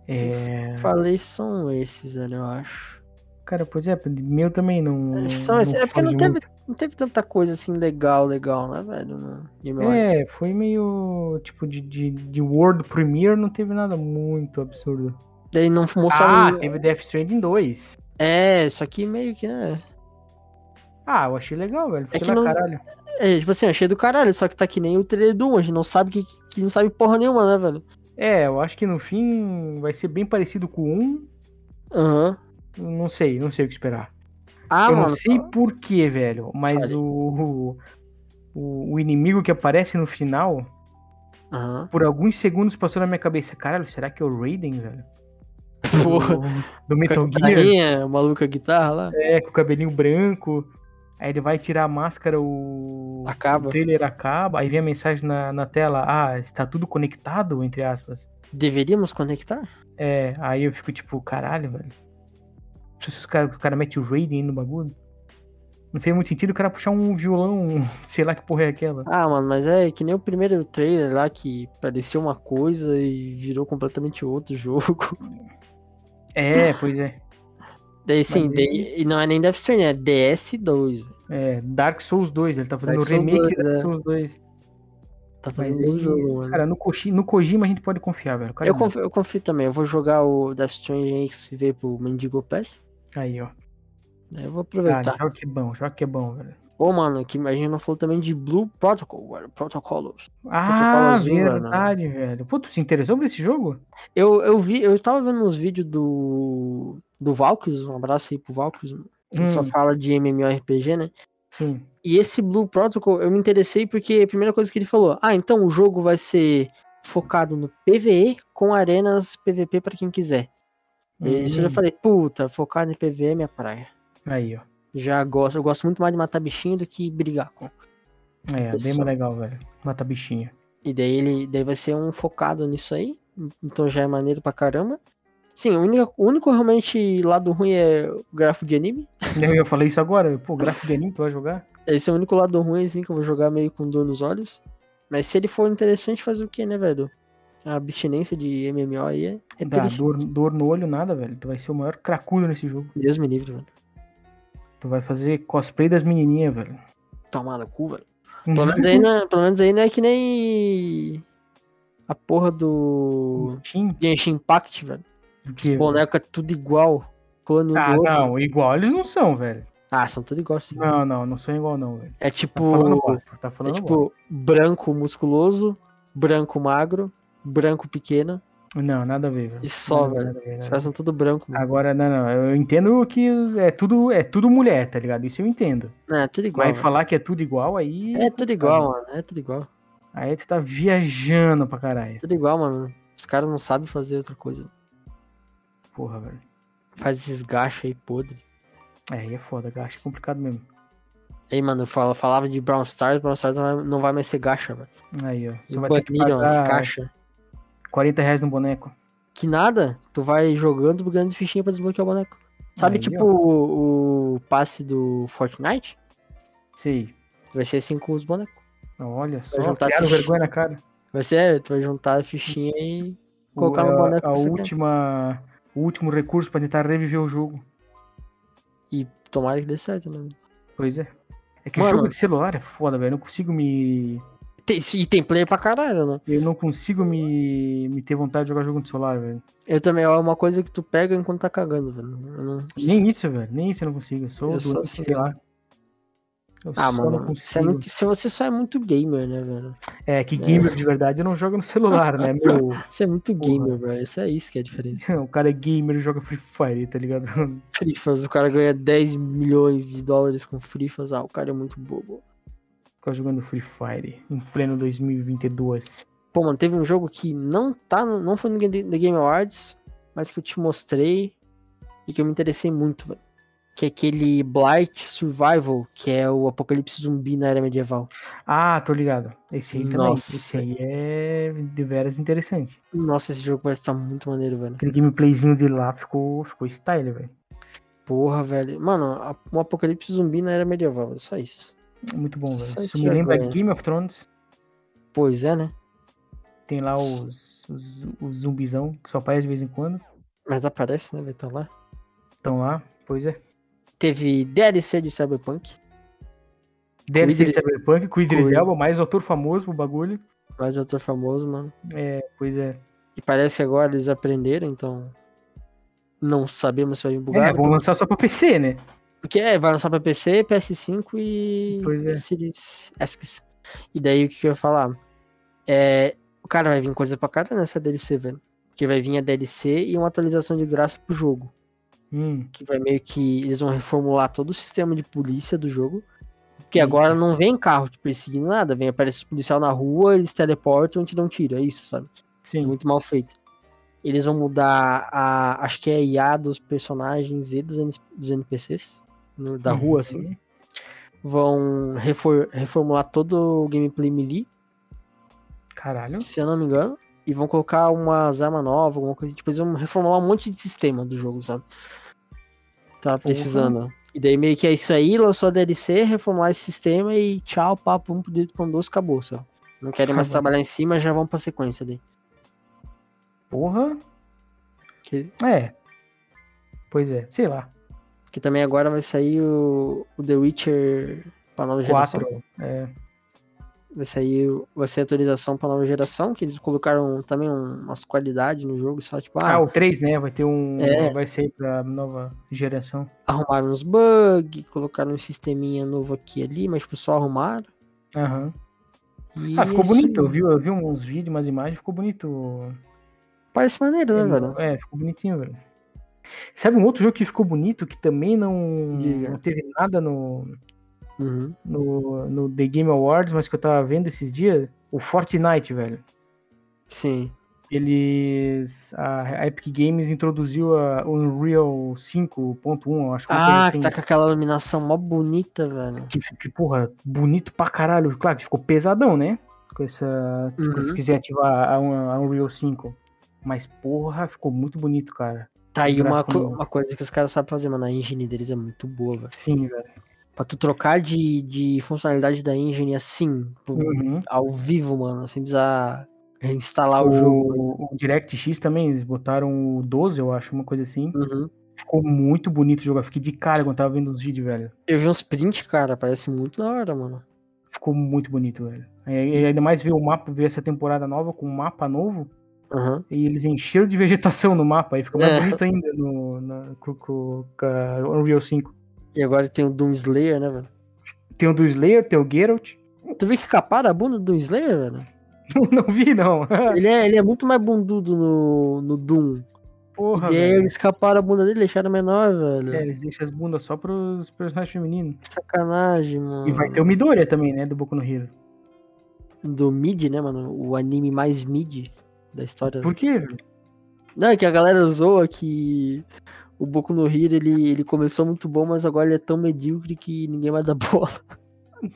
[SPEAKER 2] É,
[SPEAKER 1] Falei, são esses, velho, eu acho.
[SPEAKER 2] cara, pois é, meu também não.
[SPEAKER 1] Acho que são esses. É porque
[SPEAKER 2] foge
[SPEAKER 1] não teve
[SPEAKER 2] muito.
[SPEAKER 1] Não teve tanta coisa assim legal, legal, né, velho? No Game Awards.
[SPEAKER 2] É, foi meio. Tipo, de, de, de World Premiere não teve nada muito absurdo.
[SPEAKER 1] Daí não
[SPEAKER 2] ah,
[SPEAKER 1] mostraram.
[SPEAKER 2] teve Death Stranding 2.
[SPEAKER 1] É, isso aqui meio que, né?
[SPEAKER 2] Ah, eu achei legal, velho. Ficou
[SPEAKER 1] que
[SPEAKER 2] na
[SPEAKER 1] não-
[SPEAKER 2] caralho.
[SPEAKER 1] É, tipo assim, achei do caralho, só que tá que nem o trailer do 1, a gente não sabe que, que não sabe porra nenhuma, né, velho?
[SPEAKER 2] É, eu acho que no fim vai ser bem parecido com o 1.
[SPEAKER 1] Aham.
[SPEAKER 2] Eu Não sei, não sei o que esperar.
[SPEAKER 1] Ah,
[SPEAKER 2] eu
[SPEAKER 1] mano.
[SPEAKER 2] não sei por quê, velho, mas
[SPEAKER 1] Fale.
[SPEAKER 2] o, o, o inimigo que aparece no final,
[SPEAKER 1] Aham.
[SPEAKER 2] por alguns segundos passou na minha cabeça, caralho, será que é o Raiden, velho?
[SPEAKER 1] Porra.
[SPEAKER 2] Do, do
[SPEAKER 1] Com
[SPEAKER 2] Metal
[SPEAKER 1] a
[SPEAKER 2] Gear,
[SPEAKER 1] guitarrinha, é, o maluco com a guitarra lá.
[SPEAKER 2] é, com o cabelinho branco. Aí ele vai tirar a máscara, o,
[SPEAKER 1] Acaba.
[SPEAKER 2] o trailer acaba, aí vem a mensagem na, na tela, ah, está tudo conectado, entre aspas.
[SPEAKER 1] Deveríamos conectar?
[SPEAKER 2] É, aí eu fico tipo, caralho, velho. Deixa eu ver se os caras cara metem o Raiden no bagulho. Não fez muito sentido o cara puxar um violão, um- sei lá que porra é aquela.
[SPEAKER 1] Ah, mano, mas é que nem o primeiro trailer lá que parecia uma coisa e virou completamente outro jogo.
[SPEAKER 2] É, pois é.
[SPEAKER 1] Daí sim,
[SPEAKER 2] Mas
[SPEAKER 1] daí- e não é nem Death Stranding, é DS2. velho.
[SPEAKER 2] É, Dark Souls 2, ele tá fazendo
[SPEAKER 1] Dark
[SPEAKER 2] o
[SPEAKER 1] Souls
[SPEAKER 2] remake de
[SPEAKER 1] 2,
[SPEAKER 2] Dark
[SPEAKER 1] é.
[SPEAKER 2] Souls 2.
[SPEAKER 1] Tá
[SPEAKER 2] Mas
[SPEAKER 1] fazendo
[SPEAKER 2] aí,
[SPEAKER 1] um jogo, mano.
[SPEAKER 2] Cara, no, Koshi, no Kojima a gente pode confiar, velho. O Cara, é
[SPEAKER 1] eu, confio, eu confio também, eu vou jogar o Death Stranding aí que se veio pro Mendigo Pass.
[SPEAKER 2] Aí, ó.
[SPEAKER 1] né, Eu vou
[SPEAKER 2] Cara,
[SPEAKER 1] aproveitar.
[SPEAKER 2] joga que é bom, joga que é bom, velho.
[SPEAKER 1] Ô, mano, que a gente não falou também de Blue Protocol, velho, Protocolos.
[SPEAKER 2] Ah,
[SPEAKER 1] azul, mano.
[SPEAKER 2] verdade, velho. Pô, tu se interessou por esse jogo?
[SPEAKER 1] Eu, eu vi, eu tava vendo uns vídeos do. Do Valkyries, um abraço aí pro Valkyries, mano. Ele só
[SPEAKER 2] Hum.
[SPEAKER 1] fala de MMORPG, né?
[SPEAKER 2] Sim.
[SPEAKER 1] E esse Blue Protocol, eu me interessei porque a primeira coisa que ele falou, ah, então o jogo vai ser focado no PVE com arenas PVP pra quem quiser. E Isso eu já
[SPEAKER 2] Hum.
[SPEAKER 1] falei, puta, focado em PVE é minha praia.
[SPEAKER 2] Aí, ó.
[SPEAKER 1] Já gosto, eu gosto muito mais de matar bichinho do que brigar com.
[SPEAKER 2] É, bem
[SPEAKER 1] Pessoal.
[SPEAKER 2] mais legal, velho. Mata bichinho.
[SPEAKER 1] E daí ele daí vai ser um focado nisso aí. Então já é maneiro pra caramba. Sim, o único, o único realmente lado ruim é o gráfico de anime.
[SPEAKER 2] Eu ia falar isso agora, pô, gráfico de anime, tu vai jogar?
[SPEAKER 1] Esse é o único lado ruim, assim, que eu vou jogar meio com dor nos olhos. Mas se ele for interessante, fazer o que, né, velho? A abstinência de MMO aí é, é
[SPEAKER 2] Dá
[SPEAKER 1] triste.
[SPEAKER 2] dor, dor no olho, nada, velho. Tu vai ser o maior cracudo nesse jogo.
[SPEAKER 1] Deus me livre, velho.
[SPEAKER 2] Tu vai fazer cosplay das menininhas, velho.
[SPEAKER 1] Tomar no cu, velho. Pelo menos, aí não, pelo menos aí não é que nem a porra do
[SPEAKER 2] Sim,
[SPEAKER 1] Genshin Impact, velho.
[SPEAKER 2] porque-
[SPEAKER 1] Os bonecos é tudo igual. Clone um
[SPEAKER 2] Ah,
[SPEAKER 1] do outro.
[SPEAKER 2] não, igual eles não são, velho.
[SPEAKER 1] Ah, são tudo igual, sim.
[SPEAKER 2] Não, não, não são igual, não, velho.
[SPEAKER 1] É
[SPEAKER 2] Tá falando
[SPEAKER 1] tipo.
[SPEAKER 2] bosta, tá
[SPEAKER 1] É
[SPEAKER 2] falando bosta.
[SPEAKER 1] tipo branco musculoso, branco magro, branco pequeno.
[SPEAKER 2] Não, nada a ver, velho.
[SPEAKER 1] E só,
[SPEAKER 2] Nada a ver,
[SPEAKER 1] velho. é
[SPEAKER 2] nada a ver, nada
[SPEAKER 1] Os
[SPEAKER 2] a
[SPEAKER 1] caras são tudo branco,
[SPEAKER 2] ver.
[SPEAKER 1] mano.
[SPEAKER 2] Agora, não, não, eu entendo que é tudo, é tudo mulher, tá ligado? Isso eu entendo.
[SPEAKER 1] Não, é tudo igual.
[SPEAKER 2] Vai
[SPEAKER 1] velho.
[SPEAKER 2] falar que é tudo igual, aí.
[SPEAKER 1] É tudo igual, mano. É tudo igual. é
[SPEAKER 2] Aí tu tá viajando pra caralho.
[SPEAKER 1] Tudo igual, mano. Os caras não sabem fazer outra coisa.
[SPEAKER 2] Porra, velho.
[SPEAKER 1] Faz esses gachos aí podre.
[SPEAKER 2] É, aí é foda, cara. Acho complicado mesmo.
[SPEAKER 1] Aí, mano, eu fala- falava de Brown Stars, Brown Stars não vai, não vai mais ser gacha, velho.
[SPEAKER 2] Aí, ó. Você vai ter que
[SPEAKER 1] Baniram as
[SPEAKER 2] pagar
[SPEAKER 1] caixas.
[SPEAKER 2] 40 reais no boneco.
[SPEAKER 1] Que nada, tu vai jogando, ganhando fichinha pra desbloquear o boneco. Sabe,
[SPEAKER 2] Aí,
[SPEAKER 1] tipo,
[SPEAKER 2] ó.
[SPEAKER 1] o, o passe do Fortnite?
[SPEAKER 2] Sei.
[SPEAKER 1] Vai ser assim com os bonecos.
[SPEAKER 2] Olha só,
[SPEAKER 1] juntar
[SPEAKER 2] criaram
[SPEAKER 1] ficha.
[SPEAKER 2] vergonha na cara.
[SPEAKER 1] Vai ser, tu vai juntar a fichinha e colocar
[SPEAKER 2] O-
[SPEAKER 1] no
[SPEAKER 2] a-
[SPEAKER 1] boneco
[SPEAKER 2] é a
[SPEAKER 1] que você quer.
[SPEAKER 2] última, O último recurso pra tentar reviver o jogo.
[SPEAKER 1] E tomara que dê certo, né?
[SPEAKER 2] Pois é. É que o
[SPEAKER 1] Mano.
[SPEAKER 2] jogo de celular é foda, velho. Eu não consigo me.
[SPEAKER 1] Tem- e tem player pra caralho, né?
[SPEAKER 2] Eu não consigo me, me ter vontade de jogar jogo no celular, velho.
[SPEAKER 1] Eu também, é uma coisa que tu pega enquanto tá cagando, velho. Eu não-
[SPEAKER 2] Nem isso, velho. Nem isso eu não consigo. Eu sou
[SPEAKER 1] Eu sou
[SPEAKER 2] doente,
[SPEAKER 1] assim,
[SPEAKER 2] sei lá. Eu
[SPEAKER 1] Ah,
[SPEAKER 2] só não
[SPEAKER 1] mano, você é
[SPEAKER 2] consigo.
[SPEAKER 1] muito- se você só é muito gamer, né, velho?
[SPEAKER 2] É, que gamer de verdade eu não jogo no celular, né, meu?
[SPEAKER 1] Você é muito
[SPEAKER 2] Porra.
[SPEAKER 1] gamer, velho. Isso é isso que é a diferença.
[SPEAKER 2] O cara é gamer e joga Free Fire, tá ligado?
[SPEAKER 1] Free Fires, o cara ganha 10 milhões de dólares com Free Fires. Ah, o cara é muito bobo.
[SPEAKER 2] Ficar jogando Free Fire em pleno 2022.
[SPEAKER 1] Pô, mano, teve um jogo que não tá, no- não foi no Game The Game Awards, mas que eu te mostrei e que eu me interessei muito, velho. Que é aquele Blight Survival, que é o apocalipse zumbi na era medieval.
[SPEAKER 2] Ah, tô ligado. Esse aí também.
[SPEAKER 1] Nossa.
[SPEAKER 2] Esse aí é de veras interessante.
[SPEAKER 1] Nossa, esse jogo parece estar muito maneiro, velho.
[SPEAKER 2] Aquele gameplayzinho de lá ficou, ficou style, velho.
[SPEAKER 1] Porra, velho. Mano, a- um apocalipse zumbi na era medieval, é só isso.
[SPEAKER 2] É Muito bom,
[SPEAKER 1] Só esse
[SPEAKER 2] velho. Isso me
[SPEAKER 1] já
[SPEAKER 2] lembra
[SPEAKER 1] ganha.
[SPEAKER 2] Game of Thrones.
[SPEAKER 1] Pois é, né?
[SPEAKER 2] Tem lá os, os, os zumbizão que só aparece de vez em quando.
[SPEAKER 1] Mas aparece, né, velho? Tá lá.
[SPEAKER 2] Estão lá. Pois é.
[SPEAKER 1] Teve DLC de Cyberpunk.
[SPEAKER 2] DLC de
[SPEAKER 1] Idris-
[SPEAKER 2] Cyberpunk, com o Idris
[SPEAKER 1] Ui.
[SPEAKER 2] Elba, mais autor famoso pro bagulho.
[SPEAKER 1] Mas ator famoso, mano.
[SPEAKER 2] É, pois é.
[SPEAKER 1] E parece que agora eles aprenderam, então. Não sabemos se vai vir bugado.
[SPEAKER 2] É, vão lançar só pra PC, né?
[SPEAKER 1] Porque é, vai lançar pra PC, PS5 e.
[SPEAKER 2] Pois é.
[SPEAKER 1] Series X. E daí o que que eu ia falar? É. O cara vai vir coisa pra cara nessa DLC, velho. Porque vai vir a DLC e uma atualização de graça pro jogo.
[SPEAKER 2] Hum,
[SPEAKER 1] Que vai meio que. Eles vão reformular todo o sistema de polícia do jogo. Porque
[SPEAKER 2] Sim.
[SPEAKER 1] agora não vem carro te perseguindo nada. Vem, aparece policial na rua, eles teleportam e te dão um tiro. É isso, sabe? É
[SPEAKER 2] sim.
[SPEAKER 1] muito mal feito. Eles vão mudar a. Acho que é a IA dos personagens e dos, N- dos NPCs no- da rua, assim.
[SPEAKER 2] Uhum.
[SPEAKER 1] Vão refor- reformular todo o gameplay melee,
[SPEAKER 2] Caralho.
[SPEAKER 1] se eu não me engano. E vão colocar umas armas novas, alguma coisa. Tipo, eles vão reformular um monte de sistema do jogo, sabe? Tá precisando. E daí meio que é isso aí, lançou a DLC, reformular esse sistema e tchau, papo, um pro dito, pão doce, acabou, sabe? Não querem mais
[SPEAKER 2] Acabou.
[SPEAKER 1] trabalhar em cima, já vão pra sequência daí.
[SPEAKER 2] Porra.
[SPEAKER 1] Que-
[SPEAKER 2] É. Pois é, sei lá.
[SPEAKER 1] Que também agora vai sair o, o The Witcher pra nova geração.
[SPEAKER 2] Quatro. É.
[SPEAKER 1] Vai sair, o- vai sair a atualização pra nova geração, que eles colocaram também um- umas qualidades no jogo, só tipo,
[SPEAKER 2] Ah,
[SPEAKER 1] ah,
[SPEAKER 2] o 3, né? Vai ter um.
[SPEAKER 1] É.
[SPEAKER 2] Vai sair pra nova geração.
[SPEAKER 1] arrumaram uns bugs, colocaram um sisteminha novo aqui e ali, mas tipo, só arrumaram.
[SPEAKER 2] Aham.
[SPEAKER 1] E
[SPEAKER 2] Ah, ficou
[SPEAKER 1] isso
[SPEAKER 2] bonito. Eu vi, eu vi uns vídeos, umas imagens, ficou bonito.
[SPEAKER 1] Parece maneiro, né, velho?
[SPEAKER 2] É, ficou bonitinho, velho. Sabe um outro jogo que ficou bonito, que também não,
[SPEAKER 1] Diga.
[SPEAKER 2] não teve nada no,
[SPEAKER 1] Uhum.
[SPEAKER 2] no, no The Game Awards, mas que eu tava vendo esses dias? O Fortnite, velho.
[SPEAKER 1] Sim.
[SPEAKER 2] Eles. A a Epic Games introduziu a Unreal 5.1, eu acho que uma coisa
[SPEAKER 1] Ah,
[SPEAKER 2] assim.
[SPEAKER 1] que tá com aquela iluminação mó bonita, velho.
[SPEAKER 2] que, que, porra, bonito pra caralho. Claro que ficou pesadão, né? Tá Com essa.
[SPEAKER 1] Uhum.
[SPEAKER 2] Se quiser ativar a, Un- a Unreal 5. Mas, porra, ficou muito bonito, cara.
[SPEAKER 1] Tá aí uma,
[SPEAKER 2] Gráfico
[SPEAKER 1] co-
[SPEAKER 2] novo.
[SPEAKER 1] uma coisa que os caras sabem fazer, mano. A engine deles é muito boa, velho.
[SPEAKER 2] Sim, velho.
[SPEAKER 1] Pra tu trocar de, de funcionalidade da engine assim, pro-
[SPEAKER 2] Uhum.
[SPEAKER 1] ao vivo, mano, sem precisar reinstalar o,
[SPEAKER 2] Tipo,
[SPEAKER 1] jogo.
[SPEAKER 2] O, o DirectX também, eles botaram o 12, eu acho, uma coisa assim.
[SPEAKER 1] Uhum.
[SPEAKER 2] Ficou muito bonito jogar. Fiquei de cara quando tava vendo os vídeos, velho.
[SPEAKER 1] Eu vi uns print, cara, parece muito da hora, mano.
[SPEAKER 2] Ficou muito bonito, velho. É, E- e ainda mais ver o mapa, ver essa temporada nova com um mapa novo.
[SPEAKER 1] Aham.
[SPEAKER 2] E eles encheram de vegetação no mapa. Aí ficou mais
[SPEAKER 1] É.
[SPEAKER 2] bonito ainda no, na- com, com- com a Unreal 5.
[SPEAKER 1] E agora tem o Doom Slayer, né, velho?
[SPEAKER 2] Tem o do Slayer, tem o Geralt.
[SPEAKER 1] Tu viu que caparam a bunda do Doom Slayer, velho?
[SPEAKER 2] Não vi, não.
[SPEAKER 1] Ele é, ele é muito mais bundudo no, no Doom.
[SPEAKER 2] Porra,
[SPEAKER 1] e aí
[SPEAKER 2] velho.
[SPEAKER 1] eles caparam a bunda dele, deixaram menor, velho.
[SPEAKER 2] É, eles deixam as bundas só pros personagens femininos.
[SPEAKER 1] Que sacanagem, mano.
[SPEAKER 2] E vai ter o Midoriya também, né? Do Boku no Hero.
[SPEAKER 1] Do mid, né, mano? O anime mais mid da história.
[SPEAKER 2] Por quê? velho?
[SPEAKER 1] Não, é que a galera zoa que o Boku no Hero, ele, ele começou muito bom, mas agora ele é tão medíocre que ninguém mais dá bola.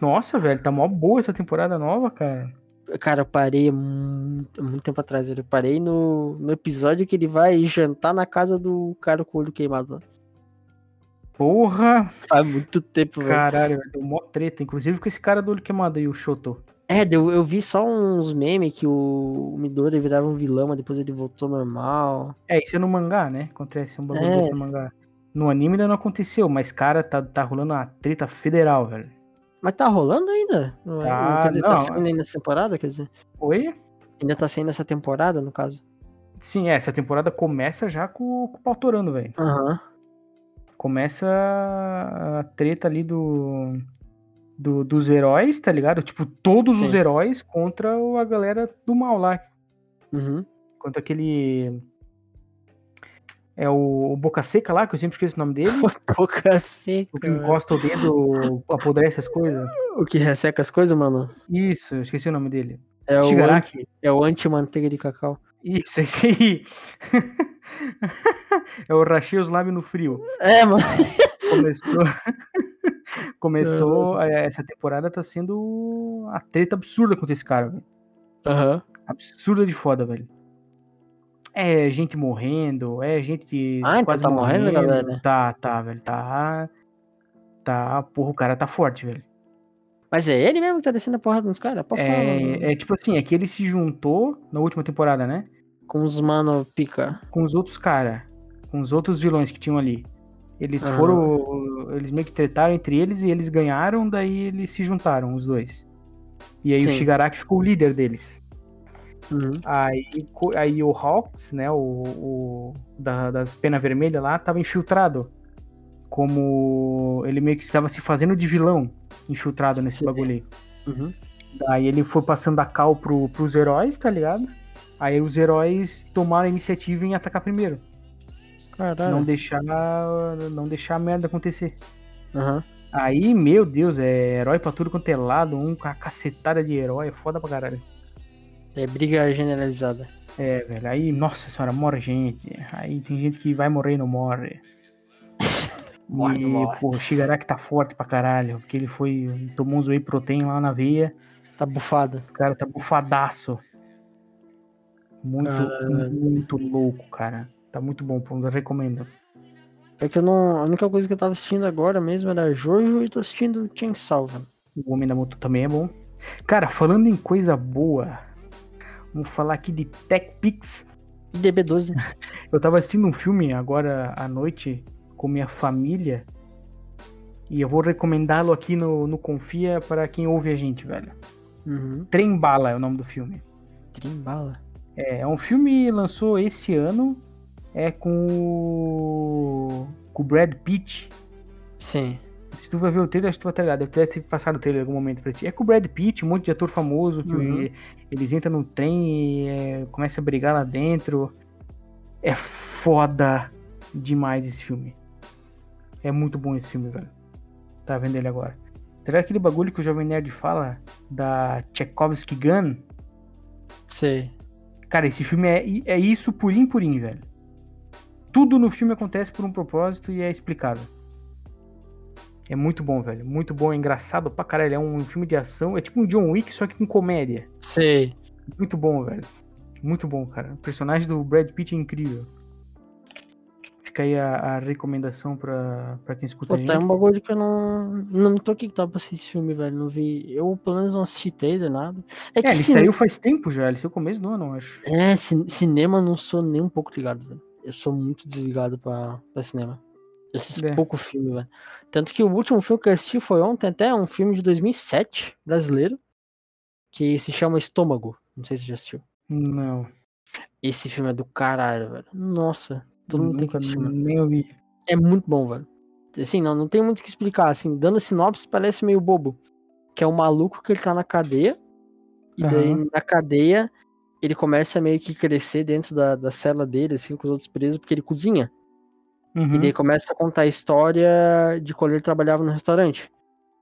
[SPEAKER 2] Nossa, velho, tá mó boa essa temporada nova, cara.
[SPEAKER 1] Cara, eu parei muito, muito tempo atrás, velho. Eu parei no, no episódio que ele vai jantar na casa do cara com o olho queimado. lá.
[SPEAKER 2] Porra,
[SPEAKER 1] Faz muito tempo, velho.
[SPEAKER 2] caralho, velho, deu mó treta. Inclusive com esse cara do olho queimado aí, o Shoto.
[SPEAKER 1] É, eu, eu vi só uns memes que o, o Midori virava um vilão, mas depois ele voltou normal.
[SPEAKER 2] É, isso é no mangá, né? Acontece um bagulho
[SPEAKER 1] É.
[SPEAKER 2] desse no mangá. No anime ainda não aconteceu, mas, cara, tá, tá rolando uma treta federal, velho.
[SPEAKER 1] Mas tá rolando ainda? Não é?
[SPEAKER 2] Tá,
[SPEAKER 1] quer dizer, tá
[SPEAKER 2] não,
[SPEAKER 1] saindo ainda nessa temporada? Quer dizer,
[SPEAKER 2] Oi?
[SPEAKER 1] ainda tá saindo essa temporada, no caso?
[SPEAKER 2] Sim, é, essa temporada começa já com, com o pau torando, velho.
[SPEAKER 1] Aham.
[SPEAKER 2] começa a treta ali do, do- dos heróis, tá ligado? Tipo, todos os
[SPEAKER 1] Sim.
[SPEAKER 2] heróis contra o- a galera do mal lá.
[SPEAKER 1] Uhum.
[SPEAKER 2] Contra aquele. É o, o Boca Seca lá, que eu sempre esqueço o nome dele.
[SPEAKER 1] Pô, cacete.
[SPEAKER 2] o que
[SPEAKER 1] cara.
[SPEAKER 2] encosta o dedo, apodrece as coisas.
[SPEAKER 1] O que resseca as coisas, mano?
[SPEAKER 2] Isso, eu esqueci o nome dele.
[SPEAKER 1] É o, anti,
[SPEAKER 2] Shigaraki.
[SPEAKER 1] é o anti-manteiga de cacau.
[SPEAKER 2] Isso, esse aí. é o rachei os lábios no frio.
[SPEAKER 1] É, mano.
[SPEAKER 2] começou começou eh, essa temporada tá sendo a treta absurda contra esse cara velho.
[SPEAKER 1] Aham.
[SPEAKER 2] absurda de foda velho é gente morrendo é gente
[SPEAKER 1] Ah, então
[SPEAKER 2] quase
[SPEAKER 1] tá morrendo, galera?
[SPEAKER 2] tá tá velho tá tá porra o cara tá forte velho
[SPEAKER 1] Mas é ele mesmo que tá descendo a porrada nos caras? Pô, fala, mano.
[SPEAKER 2] é, é tipo assim é que ele se juntou na última temporada né
[SPEAKER 1] Com os mano pica.
[SPEAKER 2] com os outros cara com os outros vilões que tinham ali Eles
[SPEAKER 1] Aham.
[SPEAKER 2] foram. Eles meio que tretaram entre eles e eles ganharam, daí eles se juntaram, os dois. E aí
[SPEAKER 1] Sim.
[SPEAKER 2] o Shigaraki ficou o líder deles.
[SPEAKER 1] Uhum.
[SPEAKER 2] Aí, co- aí o Hawks, né, o, o da- das penas vermelhas lá, tava infiltrado. Como ele meio que estava se fazendo de vilão infiltrado nesse
[SPEAKER 1] Sim.
[SPEAKER 2] bagulho aí.
[SPEAKER 1] Uhum.
[SPEAKER 2] Daí ele foi passando a cal pro, pros heróis, tá ligado? Aí os heróis tomaram a iniciativa em atacar primeiro.
[SPEAKER 1] Caralho.
[SPEAKER 2] Não deixar não deixar a merda acontecer.
[SPEAKER 1] Aham.
[SPEAKER 2] Aí, meu Deus, é herói pra tudo quanto é lado, um com a cacetada de herói, é foda pra caralho.
[SPEAKER 1] É briga generalizada.
[SPEAKER 2] É, velho, aí, nossa senhora, morre gente. Aí tem gente que vai morrer e não morre.
[SPEAKER 1] Morre,
[SPEAKER 2] e,
[SPEAKER 1] não morre.
[SPEAKER 2] pô, o Shigaraki tá forte pra caralho, porque ele foi, tomou um whey protein lá na veia,
[SPEAKER 1] Tá bufado.
[SPEAKER 2] o cara tá bufadaço. Muito,
[SPEAKER 1] Caralho.
[SPEAKER 2] muito louco, cara. Tá muito bom, pô, eu recomendo.
[SPEAKER 1] É que eu não. A única coisa que eu tava assistindo agora mesmo era Jojo e tô assistindo Chainsaw, velho.
[SPEAKER 2] O Homem da Moto também é bom. Cara, falando em coisa boa, vamos falar aqui de TechPix.
[SPEAKER 1] IDB12.
[SPEAKER 2] Eu tava assistindo um filme agora à noite com minha família. E eu vou recomendá-lo aqui no, no Confia para quem ouve a gente, velho.
[SPEAKER 1] uhum.
[SPEAKER 2] Trem Bala é o nome do filme.
[SPEAKER 1] Trimbala.
[SPEAKER 2] É, é um filme que lançou esse ano. É com o, com o Brad Pitt.
[SPEAKER 1] Sim.
[SPEAKER 2] Se tu vai ver o trailer, acho que tu vai estar ligado. Deve ter- ter passado o trailer em algum momento pra ti. É com o Brad Pitt, um monte de ator famoso que
[SPEAKER 1] Uhum.
[SPEAKER 2] eles entram no trem e é, começam a brigar lá dentro. É foda demais esse filme. É muito bom esse filme, velho. Tá vendo ele agora. Será aquele bagulho que o Jovem Nerd fala da Tchaikovsky Gun?
[SPEAKER 1] Sei.
[SPEAKER 2] Cara, esse filme é, i- é isso purim purim, velho. Tudo no filme acontece por um propósito e é explicado. É muito bom, velho. Muito bom, é engraçado pra caralho. É um filme de ação, é tipo um John Wick, só que com comédia.
[SPEAKER 1] Sei.
[SPEAKER 2] Muito bom, velho. Muito bom, cara. O personagem do Brad Pitt é incrível. Fica aí a, a recomendação pra, pra quem escuta
[SPEAKER 1] Pô,
[SPEAKER 2] a gente.
[SPEAKER 1] tá um bagulho que eu não. Não tô aqui que tava pra assistir esse filme, velho. Não vi. Eu, pelo menos, não assisti trailer, nada. É que
[SPEAKER 2] É, ele
[SPEAKER 1] cine-
[SPEAKER 2] saiu faz tempo já, ele saiu começo do ano, eu acho.
[SPEAKER 1] É, cin- cinema eu não sou nem um pouco ligado, velho. Eu sou muito desligado pra, pra cinema. Eu assisto
[SPEAKER 2] É.
[SPEAKER 1] pouco filme, velho. Tanto que o último filme que eu assisti foi ontem, até um filme de 2007, brasileiro, que se chama Estômago. Não sei se você já assistiu.
[SPEAKER 2] Não.
[SPEAKER 1] Esse filme é do caralho, velho. Nossa, todo mundo tem que
[SPEAKER 2] nunca
[SPEAKER 1] assistir, mano.
[SPEAKER 2] nem ouvi.
[SPEAKER 1] É muito bom, velho. Assim, não, não tem muito o que explicar. Assim, dando sinopse parece meio bobo. Que é um maluco que ele tá na cadeia. E daí,
[SPEAKER 2] Aham.
[SPEAKER 1] na cadeia, ele começa a meio que crescer dentro da, da cela dele, assim, com os outros presos, porque ele cozinha.
[SPEAKER 2] Uhum.
[SPEAKER 1] E daí começa a contar a história de quando ele trabalhava no restaurante.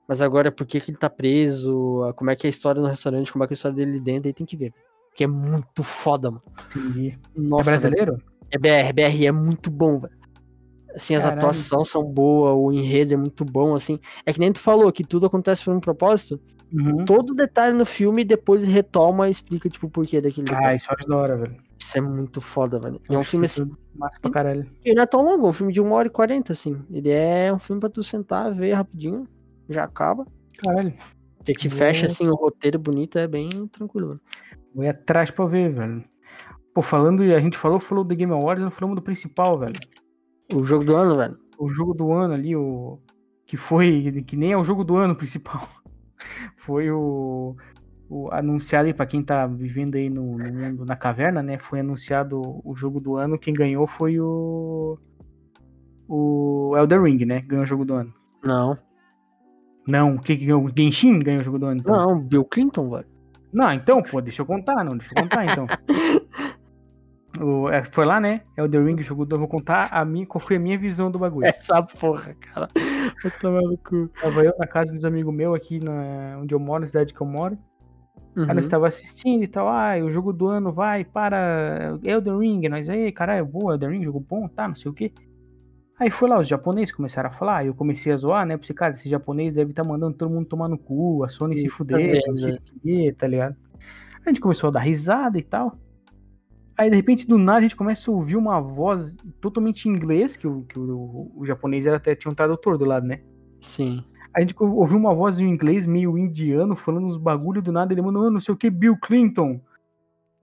[SPEAKER 1] Mas agora, por que, que ele tá preso? a- Como é que é a história no restaurante? Como é que é a história dele dentro? Aí tem que ver. Porque é muito foda, mano.
[SPEAKER 2] Entendi.
[SPEAKER 1] Nossa,
[SPEAKER 2] é
[SPEAKER 1] velho.
[SPEAKER 2] brasileiro?
[SPEAKER 1] É BR, BR é muito bom, velho. Assim, as
[SPEAKER 2] Caralho.
[SPEAKER 1] atuações são boas, o enredo é muito bom, assim. É que nem tu falou que tudo acontece por um propósito.
[SPEAKER 2] Uhum.
[SPEAKER 1] Todo detalhe no filme depois retoma e explica, tipo, o porquê daquele
[SPEAKER 2] Ah,
[SPEAKER 1] detalhe.
[SPEAKER 2] isso eu acho da hora, velho.
[SPEAKER 1] Isso é muito foda, velho. E é um
[SPEAKER 2] Acho
[SPEAKER 1] filme,
[SPEAKER 2] isso
[SPEAKER 1] assim,
[SPEAKER 2] Massa pra caralho.
[SPEAKER 1] ele não é tão longo, é um filme de 1 hora e 40, assim. Ele é um filme pra tu sentar, ver rapidinho, já acaba.
[SPEAKER 2] Caralho.
[SPEAKER 1] Ele te
[SPEAKER 2] Boa.
[SPEAKER 1] fecha, assim, o roteiro bonito, é bem tranquilo, mano.
[SPEAKER 2] Vou ir atrás pra ver, velho. Pô, falando, a gente falou, falou do Game Awards, não falamos do principal, velho.
[SPEAKER 1] O jogo do ano, velho.
[SPEAKER 2] O jogo do ano ali, o. Que foi. Que nem é o jogo do ano principal. Foi o. o anunciado aí pra quem tá vivendo aí no, no mundo, na caverna, né? Foi anunciado o jogo do ano. Quem ganhou foi o. O Elden Ring, né? Ganhou o jogo do ano.
[SPEAKER 1] Não,
[SPEAKER 2] Não, o que que ganhou? O Genshin ganhou o jogo do ano. então?
[SPEAKER 1] não, Bill Clinton, velho.
[SPEAKER 2] Não, então, pô, deixa eu contar, não, deixa eu contar então. O- é, foi lá, né? É o The Ring, jogo do. Eu vou contar a minha, qual foi a minha visão do bagulho.
[SPEAKER 1] Essa porra, cara. Eu tô maluco.
[SPEAKER 2] Tava eu na casa dos amigos meus aqui, na, onde eu moro, na cidade que eu moro.
[SPEAKER 1] Uhum.
[SPEAKER 2] Aí nós tava assistindo e tal, ah, o jogo do ano vai para é Elden Ring, nós aí, caralho, boa, Elden Ring, jogo bom, tá, não sei o quê. Aí foi lá, os japoneses começaram a falar, e eu comecei a zoar, né, porque, cara, esse japonês deve estar mandando todo mundo tomar no cu, a Sony se
[SPEAKER 1] Tá
[SPEAKER 2] fuder, não sei o quê, tá ligado? A gente começou a dar risada e tal. Aí, de repente, do nada, a gente começa a ouvir uma voz totalmente em inglês, que o, que o, o japonês era até tinha um tradutor do lado, né?
[SPEAKER 1] Sim.
[SPEAKER 2] A gente ouviu uma voz em inglês meio indiano falando uns bagulho do nada. Ele mandou, "Ah, não sei o que, Bill Clinton.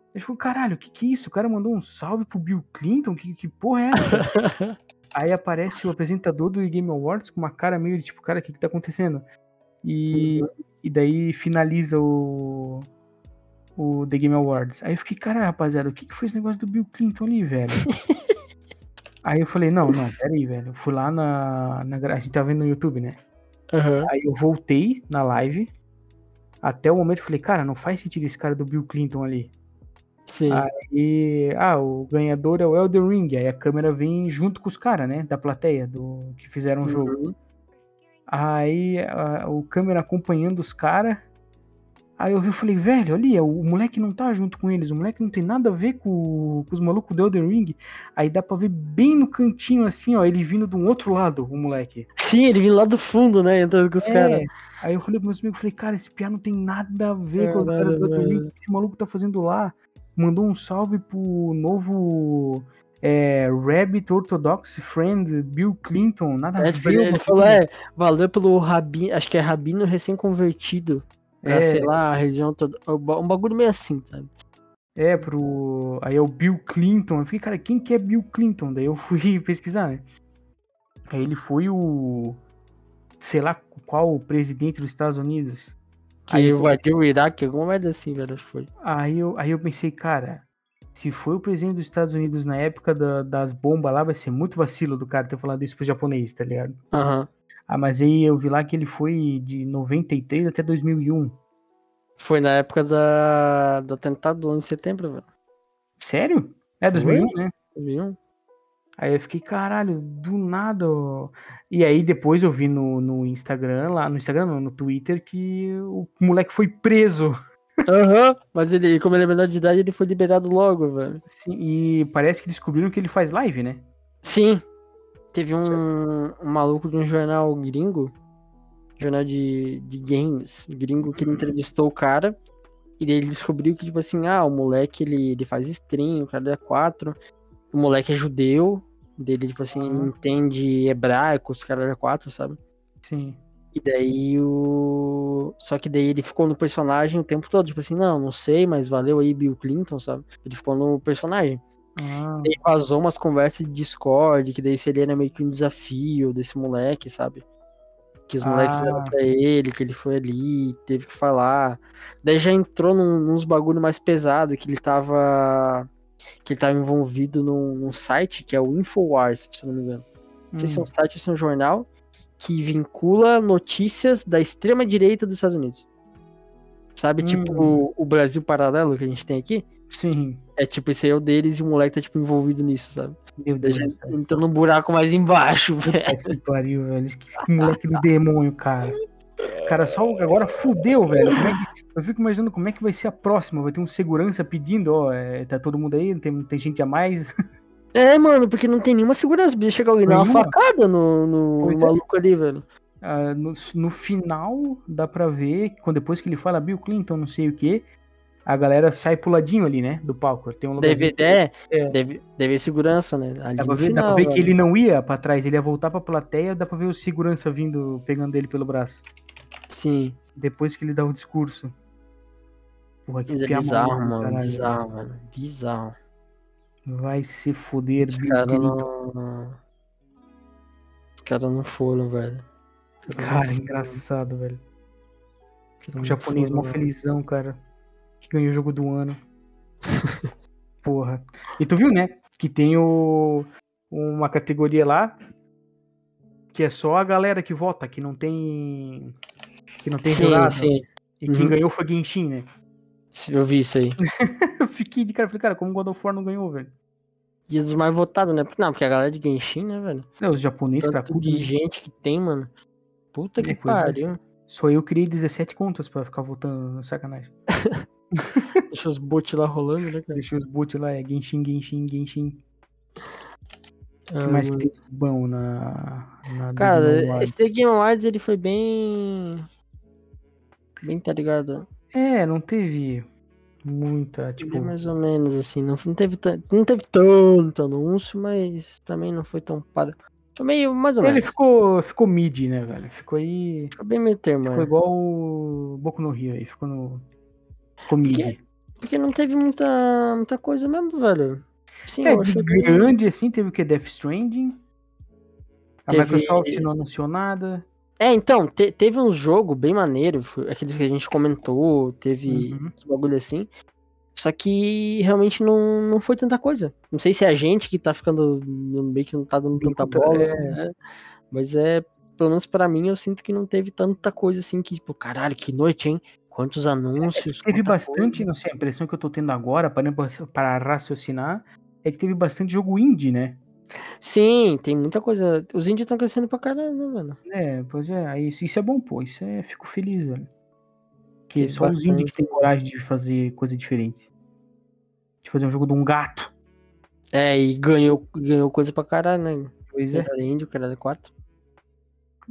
[SPEAKER 2] A gente falou, caralho, o que que é isso? O cara mandou um salve pro Bill Clinton? Que, que porra é essa? Aí aparece o apresentador do Game Awards com uma cara meio de tipo, cara, o que que tá acontecendo? E, e daí finaliza o, o The Game Awards. Aí eu fiquei, cara, rapaziada, o que que foi esse negócio do Bill Clinton ali, velho? aí eu falei, não, não, peraí, velho. Eu fui lá na, na. gra- A gente tá vendo no YouTube, né?
[SPEAKER 1] Aham.
[SPEAKER 2] Aí eu voltei na live. Até o momento eu falei, cara, não faz sentido esse cara do Bill Clinton ali.
[SPEAKER 1] Sim.
[SPEAKER 2] Ah, E, ah, o ganhador é o Elden Ring. Aí a câmera vem junto com os caras, né? Da plateia, do que fizeram o jogo.
[SPEAKER 1] Uhum.
[SPEAKER 2] Aí a- o câmera acompanhando os caras. Aí eu vi, eu falei, velho, ali, é, o, o moleque não tá junto com eles, o moleque não tem nada a ver com, com os malucos do Elden Ring. Aí dá pra ver bem no cantinho, assim, ó, ele vindo de um outro lado, o moleque.
[SPEAKER 1] Sim, ele vindo lá do fundo, né? Entrando com os
[SPEAKER 2] É.
[SPEAKER 1] caras.
[SPEAKER 2] Aí eu falei pros meus amigos, falei, cara, esse piá não tem nada a ver com o
[SPEAKER 1] Caralho,
[SPEAKER 2] cara do Elden Ring,
[SPEAKER 1] velho.
[SPEAKER 2] o que esse maluco tá fazendo lá. Mandou um salve pro novo é, Rabbit Orthodox Friend Bill Clinton, nada a
[SPEAKER 1] É,
[SPEAKER 2] ver. assim."
[SPEAKER 1] tipo, ele,
[SPEAKER 2] mano.
[SPEAKER 1] ele falou, é, valeu pelo rabino, acho que é rabino recém-convertido. Pra,
[SPEAKER 2] É.
[SPEAKER 1] sei lá, a religião toda. Um bagulho meio assim, sabe?
[SPEAKER 2] É, pro. Aí é o Bill Clinton. Eu fiquei, cara, quem que é Bill Clinton? Daí eu fui pesquisar, né? Aí ele foi o. Sei lá qual o presidente dos Estados Unidos.
[SPEAKER 1] Que
[SPEAKER 2] Aí-
[SPEAKER 1] invadiu o Iraque, alguma merda assim, velho, acho que foi.
[SPEAKER 2] Aí eu, aí eu pensei, cara, se foi o presidente dos Estados Unidos na época da- das bombas lá, vai ser muito vacilo do cara ter falado isso pro japonês, tá ligado?
[SPEAKER 1] Aham.
[SPEAKER 2] Ah, mas aí eu vi lá que ele foi de 93 até 2001.
[SPEAKER 1] Foi na época da, do atentado do 11 de setembro, velho.
[SPEAKER 2] Sério? É,
[SPEAKER 1] Foi?
[SPEAKER 2] 2001, né?
[SPEAKER 1] Viu?
[SPEAKER 2] Aí eu fiquei, caralho, do nada. ó. E aí depois eu vi no, no Instagram, lá no Instagram, não, no Twitter, que o moleque foi preso.
[SPEAKER 1] Aham. Mas ele, como ele é menor de idade, ele foi liberado logo, velho.
[SPEAKER 2] Assim, e parece que descobriram que ele faz live, né?
[SPEAKER 1] Sim. Teve um, um maluco de um jornal gringo, jornal de, de games, gringo, que ele entrevistou o cara. E daí ele descobriu que, tipo assim, ah, o moleque ele, ele faz stream, o cara é quatro. O moleque é judeu. Dele, tipo assim, ele
[SPEAKER 2] Aham.
[SPEAKER 1] entende hebraico, os caras é quatro, sabe?
[SPEAKER 2] Sim.
[SPEAKER 1] E daí o. Só que daí ele ficou no personagem o tempo todo. Tipo assim, não, não sei, mas valeu aí, Bill Clinton, sabe? Ele ficou no personagem.
[SPEAKER 2] Ah,
[SPEAKER 1] Ele vazou umas conversas de Discord, que daí seria né, meio que um desafio desse moleque, sabe? Que os moleques
[SPEAKER 2] Ah.
[SPEAKER 1] fizeram pra ele, que ele foi ali, teve que falar. Daí já entrou num, nos bagulho mais pesado, que ele tava. Que ele tava envolvido num, num site que é o Infowars, se eu não me engano. Não sei se é um
[SPEAKER 2] hum.
[SPEAKER 1] site ou se é um jornal que vincula notícias da extrema direita dos Estados Unidos. Sabe, tipo
[SPEAKER 2] Hum.
[SPEAKER 1] o, o Brasil paralelo que a gente tem aqui?
[SPEAKER 2] Sim.
[SPEAKER 1] É tipo, esse aí é o deles e o moleque tá tipo envolvido nisso, sabe?
[SPEAKER 2] Meu
[SPEAKER 1] Daí
[SPEAKER 2] Deus.
[SPEAKER 1] já
[SPEAKER 2] do céu.
[SPEAKER 1] entrou num buraco mais embaixo, velho.
[SPEAKER 2] Que pariu, velho. Esse que moleque do demônio, cara. Cara, só agora fudeu, velho. Como é que- eu fico imaginando como é que vai ser a próxima. Vai ter um segurança pedindo, ó, é, tá todo mundo aí, tem, tem gente a mais.
[SPEAKER 1] É, mano, porque não tem nenhuma segurança. Podia chegar alguém e dar uma
[SPEAKER 2] Nenhuma?
[SPEAKER 1] facada no, no
[SPEAKER 2] Pois é.
[SPEAKER 1] maluco ali, velho.
[SPEAKER 2] Ah, no, no final dá pra ver, que quando depois que ele fala Bill Clinton, não sei o que, a galera sai puladinho ali, né? Do palco. Tem um lugarzinho-
[SPEAKER 1] Deve, é,
[SPEAKER 2] É.
[SPEAKER 1] deve, deve segurança, né? Ali
[SPEAKER 2] Dá pra
[SPEAKER 1] no
[SPEAKER 2] ver, dá pra
[SPEAKER 1] final,
[SPEAKER 2] ver que
[SPEAKER 1] velho.
[SPEAKER 2] ele não ia pra trás, ele ia voltar pra plateia, dá pra ver o segurança vindo, pegando ele pelo braço.
[SPEAKER 1] Sim,
[SPEAKER 2] Depois que ele dá o discurso. Porra,
[SPEAKER 1] mas é
[SPEAKER 2] piá
[SPEAKER 1] bizarro,
[SPEAKER 2] maluco,
[SPEAKER 1] mano.
[SPEAKER 2] caralho.
[SPEAKER 1] Bizarro, mano. Bizarro.
[SPEAKER 2] Vai se foder,
[SPEAKER 1] Os
[SPEAKER 2] Bill
[SPEAKER 1] caras
[SPEAKER 2] Clinton.
[SPEAKER 1] não. Os caras não foram, velho. Os caras não
[SPEAKER 2] Cara,
[SPEAKER 1] foram,
[SPEAKER 2] engraçado, velho.
[SPEAKER 1] os caras
[SPEAKER 2] O
[SPEAKER 1] não
[SPEAKER 2] japonês
[SPEAKER 1] foram,
[SPEAKER 2] mó
[SPEAKER 1] velho.
[SPEAKER 2] felizão, cara. Que ganhou o jogo do ano. Porra. E tu viu, né? Que tem o, uma categoria lá que é só a galera que vota, que não tem. Que não tem
[SPEAKER 1] Sim,
[SPEAKER 2] jurado.
[SPEAKER 1] sim.
[SPEAKER 2] E quem
[SPEAKER 1] Uhum.
[SPEAKER 2] ganhou foi Genshin, né?
[SPEAKER 1] Sim, Eu vi isso aí.
[SPEAKER 2] Eu fiquei de cara, falei, cara, como o God of War não ganhou, velho?
[SPEAKER 1] E os mais votados, né? Porque- Não, porque a galera de Genshin, né, velho?
[SPEAKER 2] É, os japoneses pra
[SPEAKER 1] Tanto
[SPEAKER 2] tudo.
[SPEAKER 1] de gente que tem, mano. Puta que
[SPEAKER 2] É coisa.
[SPEAKER 1] pariu.
[SPEAKER 2] Só eu criei 17 contas pra ficar votando, sacanagem.
[SPEAKER 1] Deixa os bots lá rolando, né, cara?
[SPEAKER 2] Deixei os bots lá, é Genshin, Genshin, Genshin. O
[SPEAKER 1] Ah,
[SPEAKER 2] que mais que
[SPEAKER 1] mano.
[SPEAKER 2] tem de bom na. na Disney
[SPEAKER 1] Ah, Cara,
[SPEAKER 2] World?
[SPEAKER 1] esse The Game Awards, ele foi bem... Bem, tá ligado?
[SPEAKER 2] É, não teve muita, tipo,
[SPEAKER 1] Bem mais ou menos, assim. Não, não, teve, tan- não teve tanto anúncio, mas também não foi tão para. Foi meio, mais ou
[SPEAKER 2] ele
[SPEAKER 1] menos.
[SPEAKER 2] ficou, ficou mid, né, velho? Ficou aí,
[SPEAKER 1] Ficou bem meio termo,
[SPEAKER 2] ficou
[SPEAKER 1] né?
[SPEAKER 2] igual o Boku no Rio aí, ficou no ficou mid.
[SPEAKER 1] Porque- Porque não teve muita, muita coisa mesmo, velho. Sim,
[SPEAKER 2] É,
[SPEAKER 1] eu
[SPEAKER 2] de
[SPEAKER 1] achei bem-
[SPEAKER 2] grande assim, teve o que Death Stranding, A
[SPEAKER 1] Teve-
[SPEAKER 2] Microsoft não anunciou nada.
[SPEAKER 1] É, então, te- teve um jogo bem maneiro, foi aqueles que a gente comentou, teve
[SPEAKER 2] Uhum.
[SPEAKER 1] esse bagulho assim. Só que realmente não, não foi tanta coisa. Não sei se é a gente que tá ficando meio que não tá dando tanta
[SPEAKER 2] Enquanto-
[SPEAKER 1] bola,
[SPEAKER 2] é.
[SPEAKER 1] né? Mas é, pelo menos pra mim, eu sinto que não teve tanta coisa assim que, tipo, caralho, que noite, hein? Quantos anúncios.
[SPEAKER 2] Teve
[SPEAKER 1] quanta
[SPEAKER 2] bastante, não sei, a impressão que eu tô tendo agora, parando pra- para raciocinar, é que teve bastante jogo indie, né?
[SPEAKER 1] coisa. Sim, tem muita coisa. Os índios estão crescendo pra caralho, né, mano?
[SPEAKER 2] É, pois é, aí isso, isso é bom, pô, isso é, fico feliz, velho. Que é
[SPEAKER 1] Teve
[SPEAKER 2] só os indie que tem coragem de fazer coisa diferente. De fazer um jogo de um gato.
[SPEAKER 1] É, e ganhou, ganhou coisa pra caralho, né?
[SPEAKER 2] Pois é,
[SPEAKER 1] Melhor índio, caralho, quatro.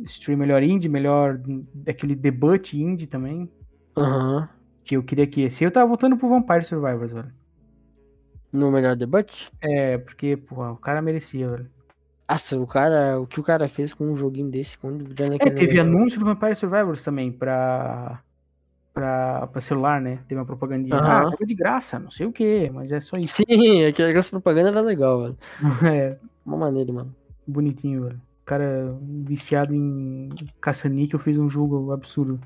[SPEAKER 2] stream melhor indie, melhor aquele debut indie também,
[SPEAKER 1] Aham.
[SPEAKER 2] que eu queria que esse. Eu tava voltando pro Vampire Survivors, velho.
[SPEAKER 1] No melhor debut?
[SPEAKER 2] É, porque, porra, o cara merecia, velho.
[SPEAKER 1] Nossa, o cara, o que o cara fez com um joguinho desse, com um grana que
[SPEAKER 2] É,
[SPEAKER 1] ele-
[SPEAKER 2] teve anúncio do Vampire Survivors também pra, pra, pra celular, né? Teve uma propagandinha.
[SPEAKER 1] Aham.
[SPEAKER 2] Ah, jogo de graça, não sei o que, mas é só isso.
[SPEAKER 1] Sim, aquela aquelas propaganda era legal, mano.
[SPEAKER 2] é,
[SPEAKER 1] Uma maneira, mano.
[SPEAKER 2] bonitinho, velho. O cara viciado em caça-níquel fez um jogo absurdo.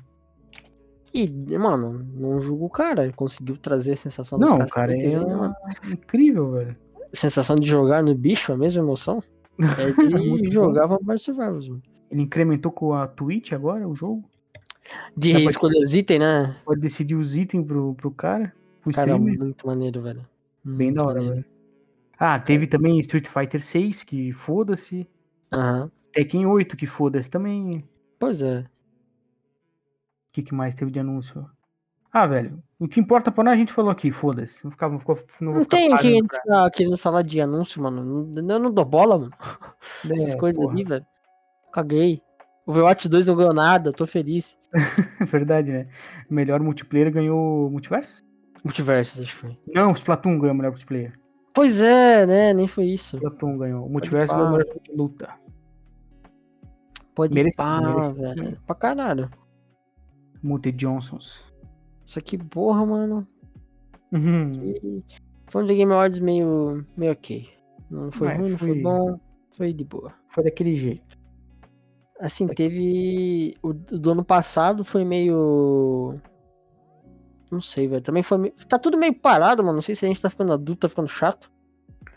[SPEAKER 1] E, mano, não julgo o cara. Ele conseguiu trazer a sensação
[SPEAKER 2] Não,
[SPEAKER 1] dos
[SPEAKER 2] o cara
[SPEAKER 1] caça-níqueis
[SPEAKER 2] é
[SPEAKER 1] aí, né, mano?
[SPEAKER 2] incrível, velho.
[SPEAKER 1] Sensação de jogar no bicho, a mesma emoção. É
[SPEAKER 2] Muito
[SPEAKER 1] de
[SPEAKER 2] bom.
[SPEAKER 1] jogar Vampire Survivors, mano.
[SPEAKER 2] Ele incrementou com a Twitch agora o jogo.
[SPEAKER 1] De
[SPEAKER 2] Dá pra-
[SPEAKER 1] escolher os itens, né?
[SPEAKER 2] Pode decidir os itens pro, pro cara, pro
[SPEAKER 1] Cara,
[SPEAKER 2] streamer.
[SPEAKER 1] muito maneiro, velho.
[SPEAKER 2] Bem
[SPEAKER 1] Muito
[SPEAKER 2] da hora,
[SPEAKER 1] maneiro.
[SPEAKER 2] velho. Ah, teve
[SPEAKER 1] É.
[SPEAKER 2] também Street Fighter 6, que foda-se.
[SPEAKER 1] Aham.
[SPEAKER 2] Tekken 8, que foda-se também.
[SPEAKER 1] Pois é.
[SPEAKER 2] O que, que mais teve de anúncio? Ah, velho. O que importa pra nós, a gente falou aqui, foda-se. Não, ficar, não, ficou- não vou
[SPEAKER 1] Não
[SPEAKER 2] ficar
[SPEAKER 1] tem
[SPEAKER 2] parando
[SPEAKER 1] quem
[SPEAKER 2] pra-
[SPEAKER 1] ficar querendo falar de anúncio, mano. Não- Eu não dou bola, mano. Essas
[SPEAKER 2] É,
[SPEAKER 1] coisas
[SPEAKER 2] porra,
[SPEAKER 1] ali, velho. Caguei. O Overwatch 2 não ganhou nada, eu tô feliz.
[SPEAKER 2] É verdade, né? Melhor multiplayer ganhou Multiverso?
[SPEAKER 1] Multiversos, acho que foi.
[SPEAKER 2] Não, Splatoon ganhou o melhor multiplayer.
[SPEAKER 1] Pois é, né? Nem foi isso.
[SPEAKER 2] Splatoon ganhou. O Multiverso
[SPEAKER 1] pá.
[SPEAKER 2] ganhou o melhor jogo de luta.
[SPEAKER 1] Pode
[SPEAKER 2] Merecido,
[SPEAKER 1] pá,
[SPEAKER 2] merecido.
[SPEAKER 1] velho. Pra caralho.
[SPEAKER 2] Multi Johnsons.
[SPEAKER 1] Só que, porra, mano.
[SPEAKER 2] Uhum.
[SPEAKER 1] e- Foi um The Game Awards meio, meio ok. Não foi
[SPEAKER 2] É,
[SPEAKER 1] ruim, não foi
[SPEAKER 2] foi-
[SPEAKER 1] bom. Foi de boa.
[SPEAKER 2] Foi daquele jeito.
[SPEAKER 1] Assim, teve. O do do ano passado foi meio. Não sei, velho. Também foi. meio- Tá tudo meio parado, mano. Não sei se a gente tá ficando adulto, tá ficando chato.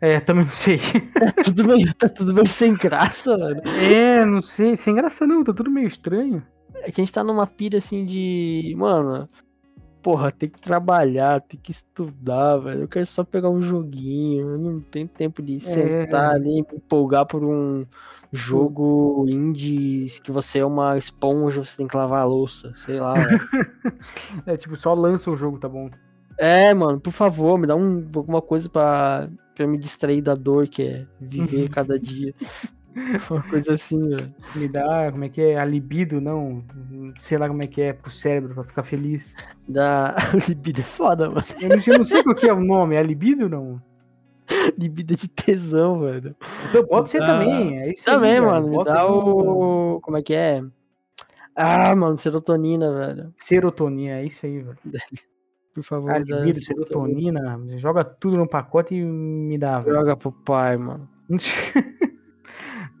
[SPEAKER 2] É, também não sei.
[SPEAKER 1] Tá tudo meio, tá tudo meio sem graça, velho.
[SPEAKER 2] é, não sei. Sem graça não, tá tudo meio estranho.
[SPEAKER 1] É que a gente tá numa pira assim de. Mano, porra, tem que trabalhar, tem que estudar, velho. Eu quero só pegar um joguinho. Eu não tenho tempo de sentar ali e me empolgar por um jogo indie que você é uma esponja, você tem que lavar a louça, sei lá. velho.
[SPEAKER 2] É, tipo, só lança o jogo, tá bom.
[SPEAKER 1] é, mano, por favor, me dá um, alguma coisa pra, pra eu me distrair da dor que é viver cada dia. Uma coisa assim, velho.
[SPEAKER 2] Me dá, como é que é? A libido, não. Sei lá como é que é, pro cérebro, pra ficar feliz.
[SPEAKER 1] Da libido é foda, mano.
[SPEAKER 2] Eu não, eu não sei qual que é o nome, é libido ou não?
[SPEAKER 1] Libido é de tesão, velho.
[SPEAKER 2] Então, pode ser
[SPEAKER 1] dá-
[SPEAKER 2] também, é isso aí,
[SPEAKER 1] Ah, Também,
[SPEAKER 2] velho,
[SPEAKER 1] mano. Me
[SPEAKER 2] bota
[SPEAKER 1] dá
[SPEAKER 2] aí no-
[SPEAKER 1] o. Como é que é? Ah, mano, serotonina, velho.
[SPEAKER 2] Serotonina, é isso aí, velho.
[SPEAKER 1] Por favor,
[SPEAKER 2] Ah,
[SPEAKER 1] me dá
[SPEAKER 2] libido, serotonina, joga tudo no pacote e me dá, velho.
[SPEAKER 1] Joga pro pai, mano.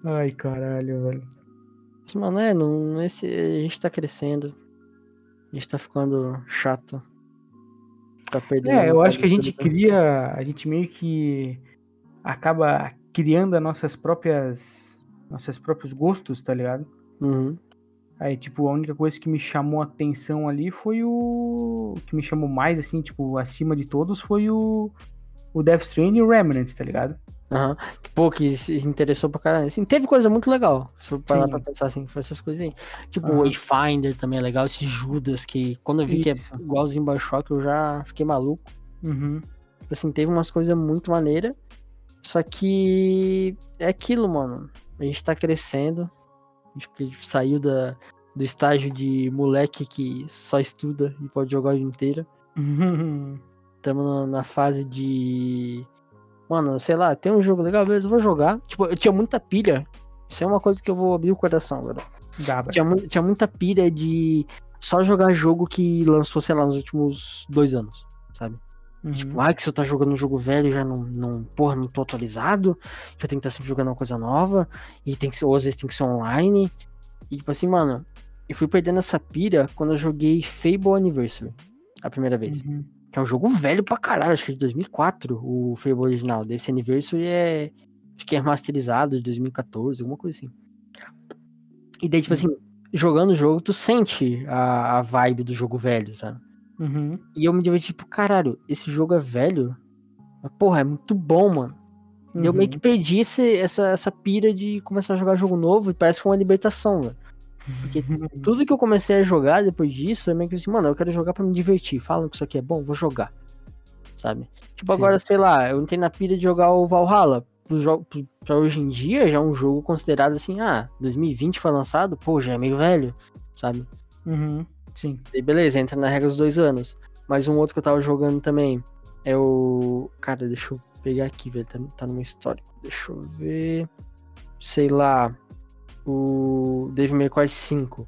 [SPEAKER 2] Ai, caralho, velho.
[SPEAKER 1] Mas, mano, é, não, esse, a gente tá crescendo. A gente tá ficando chato. Tá perdendo.
[SPEAKER 2] É, eu
[SPEAKER 1] vontade
[SPEAKER 2] acho que a
[SPEAKER 1] de
[SPEAKER 2] gente
[SPEAKER 1] tudo.
[SPEAKER 2] cria, a gente meio que acaba criando as nossas próprias, nossos próprios gostos, tá ligado?
[SPEAKER 1] Uhum.
[SPEAKER 2] Aí, tipo, a única coisa que me chamou a atenção ali foi o. o que me chamou mais, assim, tipo, acima de todos foi o. O Death Stranding e o Remnant, tá ligado?
[SPEAKER 1] Aham. Pô, que se interessou pra caralho. Assim, teve coisa muito legal. Se for parar
[SPEAKER 2] Sim.
[SPEAKER 1] pra pensar assim, foi essas coisas aí. Tipo, o
[SPEAKER 2] Aham.
[SPEAKER 1] Wayfinder também é legal. Esse Judas, que quando eu vi
[SPEAKER 2] Isso.
[SPEAKER 1] que é igualzinho Bioshock, eu já fiquei maluco.
[SPEAKER 2] Uhum.
[SPEAKER 1] assim, teve umas coisas muito maneiras. Só que é aquilo, mano. A gente tá crescendo. A gente saiu da, do estágio de moleque que só estuda e pode jogar a vida inteira. Estamos na, na fase de. Mano, sei lá, tem um jogo legal, beleza, eu vou jogar. Tipo, eu tinha muita pilha. Isso é uma coisa que eu vou abrir o coração agora.
[SPEAKER 2] Dá, velho.
[SPEAKER 1] Tinha, mu- tinha muita pilha de só jogar jogo que lançou, sei lá, nos últimos dois anos, sabe?
[SPEAKER 2] Uhum.
[SPEAKER 1] Tipo, ah, que se eu tá jogando um jogo velho, já não, não, porra, não tô atualizado, já tem que estar sempre jogando uma coisa nova, e tem que ser, ou às vezes tem que ser online. E tipo assim, mano, eu fui perdendo essa pira quando eu joguei Fable Anniversary, a primeira vez.
[SPEAKER 2] Uhum.
[SPEAKER 1] Que é um jogo velho pra caralho, acho que é de 2004, o Fable original. Desse Anniversary é, acho que é remasterizado de 2014, alguma coisa assim. E daí,
[SPEAKER 2] Uhum.
[SPEAKER 1] tipo assim, jogando o jogo, tu sente a, a vibe do jogo velho, sabe?
[SPEAKER 2] Uhum.
[SPEAKER 1] E eu me diverti, tipo, caralho, esse jogo é velho? Mas, porra, é muito bom, mano. E Eu
[SPEAKER 2] uhum.
[SPEAKER 1] meio que perdi esse, essa, essa pira de começar a jogar jogo novo e parece que foi uma libertação, velho. Porque tudo que eu comecei a jogar depois disso, é meio que assim, mano, eu quero jogar pra me divertir. Falam que isso aqui é bom, vou jogar. Sabe? Tipo,
[SPEAKER 2] Sim.
[SPEAKER 1] agora, sei lá, eu entrei na pira de jogar o Valhalla. Pro jo- pro- Pra hoje em dia, já é um jogo considerado assim, ah, 2020 foi lançado, pô, já é meio velho, sabe?
[SPEAKER 2] Uhum. Sim.
[SPEAKER 1] E beleza, entra na regra dos dois anos. Mas um outro que eu tava jogando também é o. Cara, deixa eu pegar aqui, velho. Tá, tá no meu histórico. Deixa eu ver. Sei lá. O Devil May Cry 5.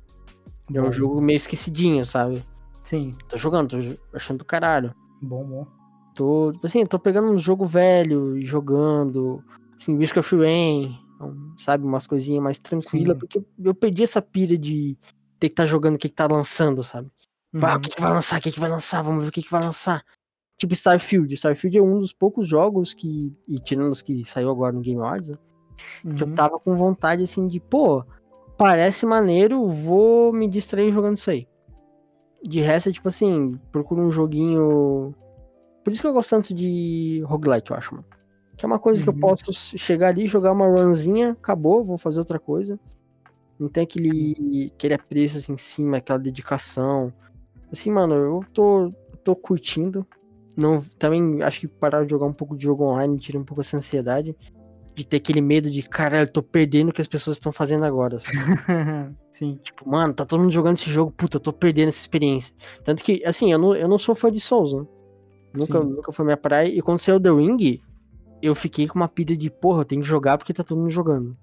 [SPEAKER 1] É
[SPEAKER 2] Bom.
[SPEAKER 1] um jogo meio esquecidinho, sabe?
[SPEAKER 2] Sim.
[SPEAKER 1] Tô jogando, tô jo- achando do caralho.
[SPEAKER 2] Bom, bom.
[SPEAKER 1] Tô, tipo assim, tô pegando um jogo velho e jogando. Assim, Risk of Rain, um, sabe? Umas coisinhas mais tranquilas.
[SPEAKER 2] Sim.
[SPEAKER 1] Porque eu perdi essa pira de ter que estar jogando o que, que tá lançando, sabe? Pá, o
[SPEAKER 2] Uhum.
[SPEAKER 1] que, que vai lançar? O que, que vai lançar? Vamos ver o que, que vai lançar. Tipo Starfield. Starfield é um dos poucos jogos que. E tirando os que saiu agora no Game Awards, né, que eu
[SPEAKER 2] Uhum.
[SPEAKER 1] tava com vontade assim de, pô, parece maneiro, vou me distrair jogando isso aí. De resto, é tipo assim, procuro um joguinho. Por isso que eu gosto tanto de roguelike, eu acho, mano. Que é uma coisa que eu
[SPEAKER 2] Uhum.
[SPEAKER 1] posso chegar ali, jogar uma runzinha, acabou, vou fazer outra coisa. Não tem aquele, aquele apreço assim em cima, aquela dedicação. Assim, mano, eu tô, tô curtindo. Não, também acho que parar de jogar um pouco de jogo online tira um pouco essa ansiedade. De ter aquele medo de, caralho, eu tô perdendo o que as pessoas estão fazendo agora. sabe?
[SPEAKER 2] Sim.
[SPEAKER 1] tipo, mano, tá todo mundo jogando esse jogo, puta, eu tô perdendo essa experiência. Tanto que, assim, eu não, eu não sou fã de Souls, né? Nunca,
[SPEAKER 2] Sim.
[SPEAKER 1] nunca foi minha praia. E quando saiu The Ring, eu fiquei com uma pilha de, porra, eu tenho que jogar porque tá todo mundo jogando.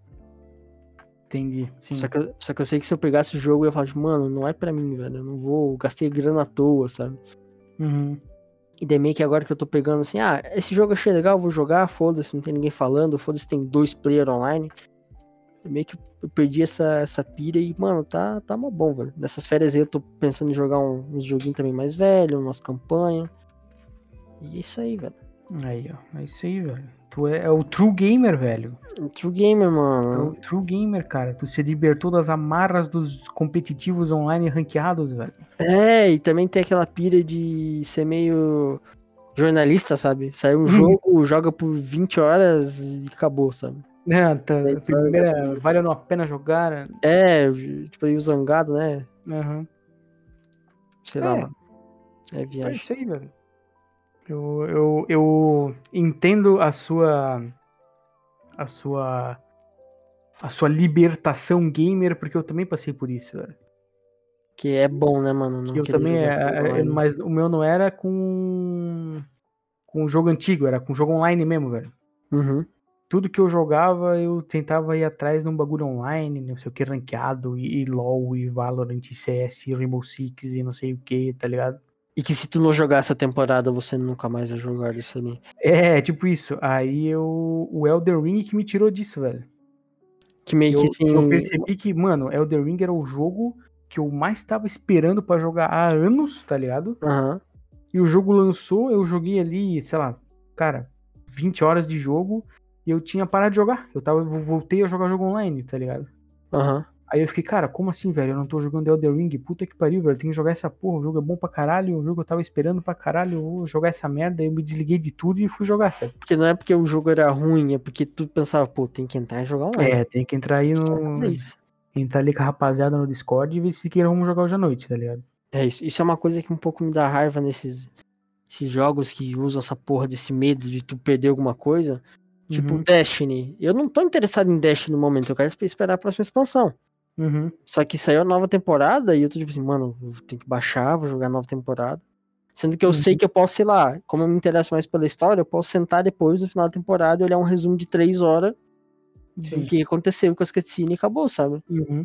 [SPEAKER 2] Entendi. Sim.
[SPEAKER 1] Só que, eu- só que eu sei que se eu pegasse o jogo, eu ia falar, tipo, mano, não é pra mim, velho. Eu não vou, eu gastei grana à toa, sabe?
[SPEAKER 2] Uhum.
[SPEAKER 1] E daí meio que agora que eu tô pegando assim, ah, esse jogo eu achei legal, eu vou jogar, foda-se, não tem ninguém falando, foda-se, tem dois player online. Eu meio que eu perdi essa, essa pira e, mano, tá, tá mó bom, velho. Nessas férias aí eu tô pensando em jogar um- uns joguinhos também mais velhos, umas campanhas. E é isso aí, velho.
[SPEAKER 2] Aí, ó. É isso aí, velho. Tu é, é o true gamer, velho.
[SPEAKER 1] Um True gamer,
[SPEAKER 2] É o
[SPEAKER 1] mano.
[SPEAKER 2] true gamer, cara. Tu se libertou das amarras dos competitivos online ranqueados, velho.
[SPEAKER 1] É, e também tem aquela pira de ser meio jornalista, sabe? Saiu um jogo, joga por 20 horas e acabou, sabe?
[SPEAKER 2] É, tá,
[SPEAKER 1] Daí tu vai-
[SPEAKER 2] primeira, valeu a pena jogar. né?
[SPEAKER 1] É, tipo aí o zangado, né?
[SPEAKER 2] Aham.
[SPEAKER 1] Sei lá,
[SPEAKER 2] É.
[SPEAKER 1] mano. É
[SPEAKER 2] É
[SPEAKER 1] viagem.
[SPEAKER 2] isso aí, velho. Eu, eu, eu entendo a sua. A sua. A sua libertação gamer, porque eu também passei por isso, velho.
[SPEAKER 1] Que é bom, né, mano? Não
[SPEAKER 2] eu
[SPEAKER 1] querer
[SPEAKER 2] também.
[SPEAKER 1] jogar
[SPEAKER 2] é-
[SPEAKER 1] futebol,
[SPEAKER 2] é-
[SPEAKER 1] né?
[SPEAKER 2] mas o meu não era com. Com jogo antigo, era com jogo online mesmo, velho.
[SPEAKER 1] Uhum.
[SPEAKER 2] Tudo que eu jogava, eu tentava ir atrás de um bagulho online, não sei o que, ranqueado, e, e LOL, e Valorant, e CS, e Rainbow Six, e não sei o que, tá ligado?
[SPEAKER 1] E que se tu não jogar essa temporada, você nunca mais vai jogar isso ali.
[SPEAKER 2] É, tipo isso. Aí eu. O Elden Ring que me tirou disso, velho.
[SPEAKER 1] Que meio
[SPEAKER 2] Eu,
[SPEAKER 1] que assim.
[SPEAKER 2] eu percebi que, mano, Elden Ring era o jogo que eu mais tava esperando pra jogar há anos, tá ligado?
[SPEAKER 1] Aham.
[SPEAKER 2] E o jogo lançou, eu joguei ali, sei lá, cara, 20 horas de jogo e eu tinha parado de jogar. Eu tava, eu voltei a jogar jogo online, tá ligado?
[SPEAKER 1] Aham.
[SPEAKER 2] Aí eu fiquei, cara, como assim, velho? Eu não tô jogando Elden Ring, puta que pariu, velho. Tem que jogar essa porra, o jogo é bom pra caralho, o jogo eu tava esperando pra caralho, eu vou jogar essa merda. Aí eu me desliguei de tudo e fui jogar, sabe?
[SPEAKER 1] Porque não é porque o jogo era ruim, é porque tu pensava, pô, tem que entrar e jogar online.
[SPEAKER 2] É, tem que entrar aí
[SPEAKER 1] É
[SPEAKER 2] no.
[SPEAKER 1] isso.
[SPEAKER 2] Entrar ali com a rapaziada no Discord e ver se queiram vamos jogar hoje à noite, tá ligado?
[SPEAKER 1] É isso. Isso é uma coisa que um pouco me dá raiva nesses esses jogos que usam essa porra desse medo de tu perder alguma coisa. Tipo,
[SPEAKER 2] Uhum.
[SPEAKER 1] Destiny. Eu não tô interessado em Destiny no momento, eu quero esperar a próxima expansão.
[SPEAKER 2] Uhum.
[SPEAKER 1] Só que saiu a nova temporada e eu tô tipo assim, mano, eu tenho que baixar, vou jogar a nova temporada. Sendo que eu
[SPEAKER 2] Uhum.
[SPEAKER 1] sei que eu posso, sei lá, como eu me interesso mais pela história, eu posso sentar depois no final da temporada e olhar um resumo de três horas do
[SPEAKER 2] Sim.
[SPEAKER 1] que aconteceu com as cutscenes e acabou, sabe?
[SPEAKER 2] Uhum.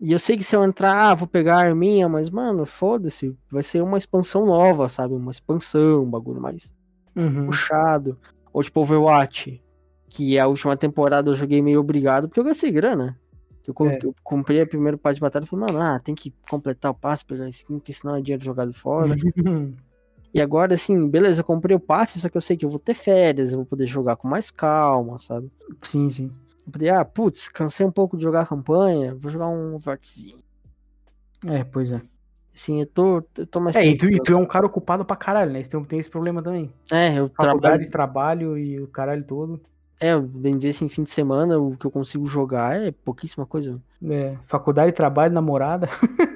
[SPEAKER 1] E eu sei que se eu entrar, ah, vou pegar a arminha, mas, mano, foda-se, vai ser uma expansão nova, sabe? Uma expansão, um bagulho mais
[SPEAKER 2] Uhum.
[SPEAKER 1] puxado. Ou tipo Overwatch, que a última temporada eu joguei meio obrigado, porque eu gastei grana. Eu, com-
[SPEAKER 2] É.
[SPEAKER 1] eu comprei a primeira parte de batalha e falei, mano, ah, tem que completar o passe, pegar skin, porque senão é dinheiro jogado
[SPEAKER 2] Uhum.
[SPEAKER 1] fora. e agora, assim, beleza, eu comprei o passe, só que eu sei que eu vou ter férias, eu vou poder jogar com mais calma, sabe?
[SPEAKER 2] Sim, sim.
[SPEAKER 1] Eu falei, ah, putz, cansei um pouco de jogar a campanha, vou jogar um Overwatchzinho.
[SPEAKER 2] É, pois é.
[SPEAKER 1] Assim, eu tô, eu tô mais
[SPEAKER 2] É, e tu, e
[SPEAKER 1] tranquilo.
[SPEAKER 2] tu é um cara ocupado pra caralho, né? Então tem esse problema também.
[SPEAKER 1] É, eu trabalho
[SPEAKER 2] Faculdade, trabalho e o caralho todo.
[SPEAKER 1] É, bem dizer assim, fim de semana, o que eu consigo jogar é pouquíssima coisa.
[SPEAKER 2] É, faculdade, trabalho, namorada.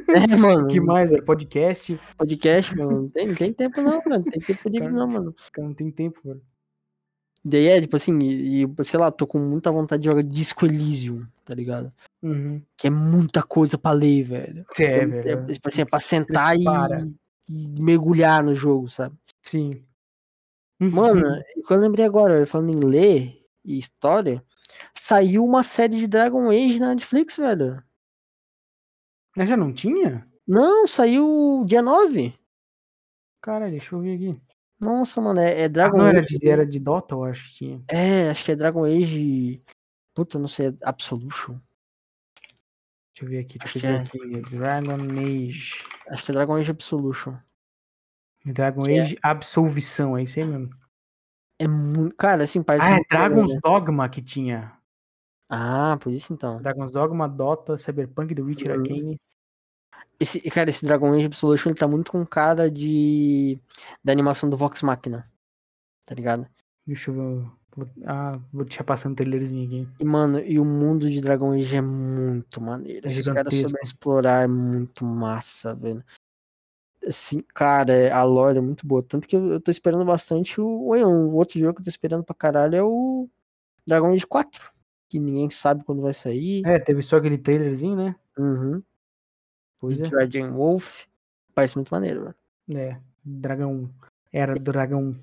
[SPEAKER 1] É, mano,
[SPEAKER 2] que mais, velho? Podcast.
[SPEAKER 1] podcast, mano, não tem, não tem tempo não, mano, não tem tempo livre
[SPEAKER 2] Cara.
[SPEAKER 1] não, mano.
[SPEAKER 2] Cara, não tem tempo, velho.
[SPEAKER 1] Daí é, tipo assim, e, e, sei lá, tô com muita vontade de jogar Disco Elysium, tá ligado?
[SPEAKER 2] Uhum.
[SPEAKER 1] Que é muita coisa pra ler, velho.
[SPEAKER 2] É,
[SPEAKER 1] Então,
[SPEAKER 2] velho.
[SPEAKER 1] é, tipo assim, é pra sentar e,
[SPEAKER 2] Prepara.
[SPEAKER 1] e mergulhar no jogo, sabe?
[SPEAKER 2] Sim. Uhum.
[SPEAKER 1] Mano, e quando eu lembrei agora, falando em ler e história, saiu uma série de Dragon Age na Netflix, velho.
[SPEAKER 2] Mas já não tinha?
[SPEAKER 1] Não, saiu dia 9.
[SPEAKER 2] Cara, deixa eu ver aqui.
[SPEAKER 1] Nossa, mano, é, é
[SPEAKER 2] Ah,
[SPEAKER 1] Dragon
[SPEAKER 2] não, era
[SPEAKER 1] Age.
[SPEAKER 2] de, era de Dota, eu acho que tinha.
[SPEAKER 1] É, acho que é Dragon Age. Puta, não sei, Absolution.
[SPEAKER 2] Deixa eu ver aqui,
[SPEAKER 1] Acho
[SPEAKER 2] deixa eu ver aqui. Dragon Age.
[SPEAKER 1] Acho que é Dragon Age Absolution.
[SPEAKER 2] Dragon
[SPEAKER 1] Que é?
[SPEAKER 2] Age Absolvição, é isso aí mesmo.
[SPEAKER 1] É muito. Cara, assim, parece.
[SPEAKER 2] Ah, é
[SPEAKER 1] muito legal,
[SPEAKER 2] Dragon's
[SPEAKER 1] né?
[SPEAKER 2] Dogma que tinha.
[SPEAKER 1] Ah, por isso então.
[SPEAKER 2] Dragon's Dogma, Dota, Cyberpunk, The Witcher,
[SPEAKER 1] Uhum.
[SPEAKER 2] Arcane.
[SPEAKER 1] Esse, cara, esse Dragon Age Absolution ele tá muito com cara de. da animação do Vox Machina. Tá ligado?
[SPEAKER 2] Deixa eu ver. vou- Ah, vou deixar passando o trailerzinho aqui.
[SPEAKER 1] E, mano, e o mundo de Dragon Age é muito maneiro.
[SPEAKER 2] É
[SPEAKER 1] Se os caras
[SPEAKER 2] gigantesco.
[SPEAKER 1] souberem explorar, é muito massa, velho. Assim, cara, é- a lore é muito boa. Tanto que eu, eu tô esperando bastante o. Oi, um outro jogo que eu tô esperando pra caralho é o Dragon Age 4. Que ninguém sabe quando vai sair.
[SPEAKER 2] É, teve só aquele trailerzinho, né?
[SPEAKER 1] Uhum.
[SPEAKER 2] Pois
[SPEAKER 1] De
[SPEAKER 2] é.
[SPEAKER 1] Dragon Wolf. Parece muito maneiro, velho.
[SPEAKER 2] É, Dragão. Era do Dragão.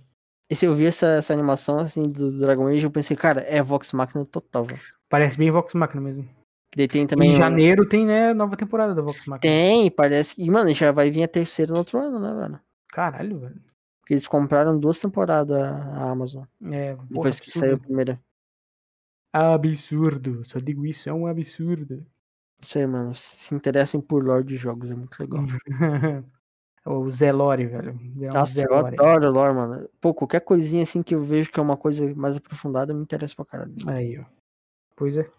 [SPEAKER 1] E se eu vi essa, essa animação assim do Dragon Age, eu pensei, cara, é Vox Machina total, velho.
[SPEAKER 2] Parece bem Vox Machina mesmo.
[SPEAKER 1] E daí tem também.
[SPEAKER 2] em
[SPEAKER 1] o-
[SPEAKER 2] janeiro tem, né, nova temporada da Vox Machina.
[SPEAKER 1] Tem, parece. E, mano, já vai vir a terceira no outro ano, né, velho?
[SPEAKER 2] Caralho, velho.
[SPEAKER 1] Porque eles compraram duas temporadas a Amazon.
[SPEAKER 2] É, porra,
[SPEAKER 1] depois que
[SPEAKER 2] absurdo.
[SPEAKER 1] saiu a primeira.
[SPEAKER 2] Absurdo. Só digo isso, é um absurdo.
[SPEAKER 1] Não sei, mano. Se interessem por lore de jogos, é muito legal.
[SPEAKER 2] o Zelore, velho. Virar um
[SPEAKER 1] Nossa, eu
[SPEAKER 2] Zelore.
[SPEAKER 1] adoro lore, mano. Pô, qualquer coisinha assim que eu vejo que é uma coisa mais aprofundada, me interessa pra caralho.
[SPEAKER 2] Aí, ó. Pois é.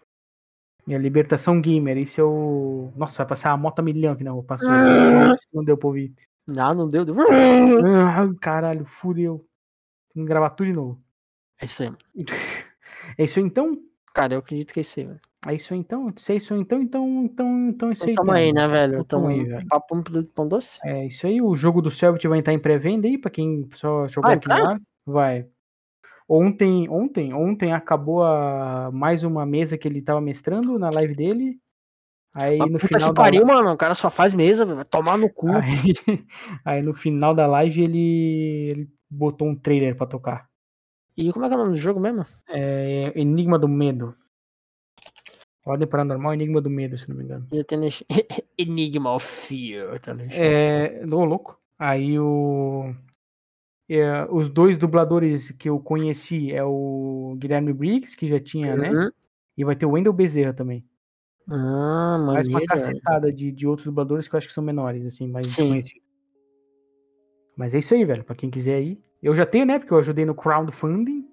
[SPEAKER 2] E a Libertação Gamer, esse é o. Nossa, vai passar a moto a milhão aqui, não. Passou. não deu pra ouvir.
[SPEAKER 1] Ah, não deu. deu.
[SPEAKER 2] Ah, caralho, fudeu. Tem que gravar tudo de novo.
[SPEAKER 1] É isso aí, mano.
[SPEAKER 2] É isso aí, então?
[SPEAKER 1] Cara, eu acredito que é isso aí, velho.
[SPEAKER 2] É isso aí, então? Se é isso aí, então, então, então, então, é
[SPEAKER 1] Então,
[SPEAKER 2] isso aí.
[SPEAKER 1] tamo
[SPEAKER 2] então.
[SPEAKER 1] aí, né, velho?
[SPEAKER 2] Então
[SPEAKER 1] Tamo
[SPEAKER 2] tamo aí,
[SPEAKER 1] aí,
[SPEAKER 2] velho.
[SPEAKER 1] Papo um produto pão doce?
[SPEAKER 2] É isso aí. O jogo do Selbit vai entrar em pré-venda aí, pra quem só jogar
[SPEAKER 1] Vai
[SPEAKER 2] aqui
[SPEAKER 1] entrar?
[SPEAKER 2] lá. Vai. Ontem, ontem, ontem acabou a mais uma mesa que ele tava mestrando na live dele. Aí
[SPEAKER 1] Mas
[SPEAKER 2] no
[SPEAKER 1] puta
[SPEAKER 2] final
[SPEAKER 1] que
[SPEAKER 2] da
[SPEAKER 1] pariu, mano. O cara só faz mesa, velho. Vai tomar no cu.
[SPEAKER 2] Aí, aí no final da live ele, ele botou um trailer pra tocar.
[SPEAKER 1] E como é que é o nome do jogo mesmo?
[SPEAKER 2] É, Enigma do Medo. Ordem Paranormal, Enigma do Medo, se não me engano.
[SPEAKER 1] Ele tem nesse- Enigma of Fear, tá ligado?
[SPEAKER 2] É, ô louco. Aí o é, os dois dubladores que eu conheci é o Guilherme Briggs, que já tinha, né?
[SPEAKER 1] Uhum.
[SPEAKER 2] E vai ter o Wendel Bezerra também.
[SPEAKER 1] Ah,
[SPEAKER 2] Mais
[SPEAKER 1] maneiro.
[SPEAKER 2] uma
[SPEAKER 1] velho.
[SPEAKER 2] cacetada de, de outros dubladores que eu acho que são menores, assim, mais
[SPEAKER 1] Sim.
[SPEAKER 2] desconhecidos. Mas é isso aí, velho. Pra quem quiser aí. Eu já tenho, né? Porque eu ajudei no crowdfunding.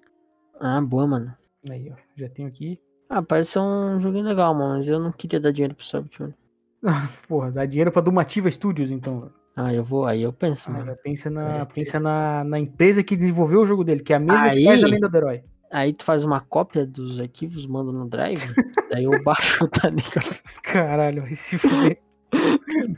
[SPEAKER 1] Ah, boa, mano.
[SPEAKER 2] Aí, ó, já tenho aqui.
[SPEAKER 1] Ah, parece ser um joguinho legal, mano, mas eu não queria dar dinheiro pro Subit, mano.
[SPEAKER 2] Porra, dá dinheiro pra Dumativa Studios, então. velho.
[SPEAKER 1] Ah, eu vou, aí eu penso,
[SPEAKER 2] Aí,
[SPEAKER 1] mano.
[SPEAKER 2] ó, pensa na,
[SPEAKER 1] Ah, É,
[SPEAKER 2] pensa
[SPEAKER 1] pensa.
[SPEAKER 2] na, na empresa que desenvolveu o jogo dele, que é a mesma que faz a
[SPEAKER 1] Aí-
[SPEAKER 2] Lenda do Herói.
[SPEAKER 1] Aí tu faz uma cópia dos arquivos, manda no Drive, daí eu baixo, tá ligado?
[SPEAKER 2] Caralho, vai se fuder.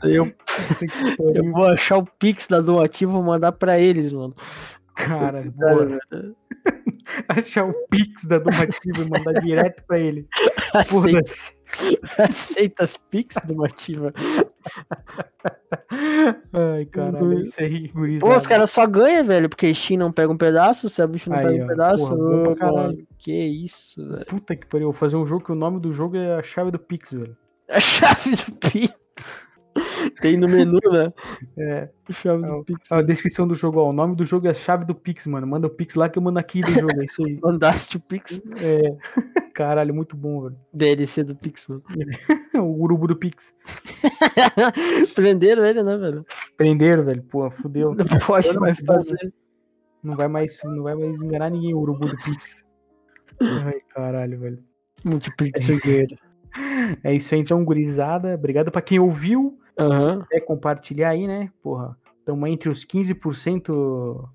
[SPEAKER 1] Daí eu,
[SPEAKER 2] Puta que
[SPEAKER 1] eu
[SPEAKER 2] pariu,
[SPEAKER 1] vou achar o Pix da doativa e mandar pra eles, mano.
[SPEAKER 2] Cara, boa.
[SPEAKER 1] Cara,
[SPEAKER 2] Achar o Pix da Dumativa e mandar direto pra ele.
[SPEAKER 1] Aceita,
[SPEAKER 2] Foda-se.
[SPEAKER 1] aceita as Pix do Mativa.
[SPEAKER 2] Ai, caralho, é isso aí,
[SPEAKER 1] Uhum. Pô, os
[SPEAKER 2] gurizada.
[SPEAKER 1] caras só ganham, velho, porque Steam não pega um pedaço, o Subit não
[SPEAKER 2] Aí,
[SPEAKER 1] pega
[SPEAKER 2] ó,
[SPEAKER 1] um pedaço.
[SPEAKER 2] porra, bom pra
[SPEAKER 1] Ô,
[SPEAKER 2] caralho.
[SPEAKER 1] mano, que isso, velho.
[SPEAKER 2] Puta que pariu, vou fazer um jogo que o nome do jogo é a chave do Pix, velho.
[SPEAKER 1] A chave do Pix. Tem no menu, né?
[SPEAKER 2] É,
[SPEAKER 1] Chave
[SPEAKER 2] É
[SPEAKER 1] do
[SPEAKER 2] o-
[SPEAKER 1] Pix.
[SPEAKER 2] a descrição do jogo, ó. O nome do jogo é a chave do Pix, mano. Manda o Pix lá que eu mando aqui do jogo. É isso aí.
[SPEAKER 1] Mandaste o Pix.
[SPEAKER 2] É. Caralho, muito bom, velho.
[SPEAKER 1] DLC do Pix, mano.
[SPEAKER 2] O urubu do Pix.
[SPEAKER 1] Prenderam ele, né, velho?
[SPEAKER 2] Prenderam, velho. Pô, fudeu.
[SPEAKER 1] Não pode
[SPEAKER 2] não
[SPEAKER 1] mais
[SPEAKER 2] vou,
[SPEAKER 1] fazer.
[SPEAKER 2] Não vai mais, não vai mais enganar ninguém o urubu do Pix. Ai, caralho, velho.
[SPEAKER 1] Multiplexer.
[SPEAKER 2] É isso aí, então, gurizada. Obrigado pra quem ouviu.
[SPEAKER 1] Aham.
[SPEAKER 2] é compartilhar aí, né? Porra, estamos entre os 15%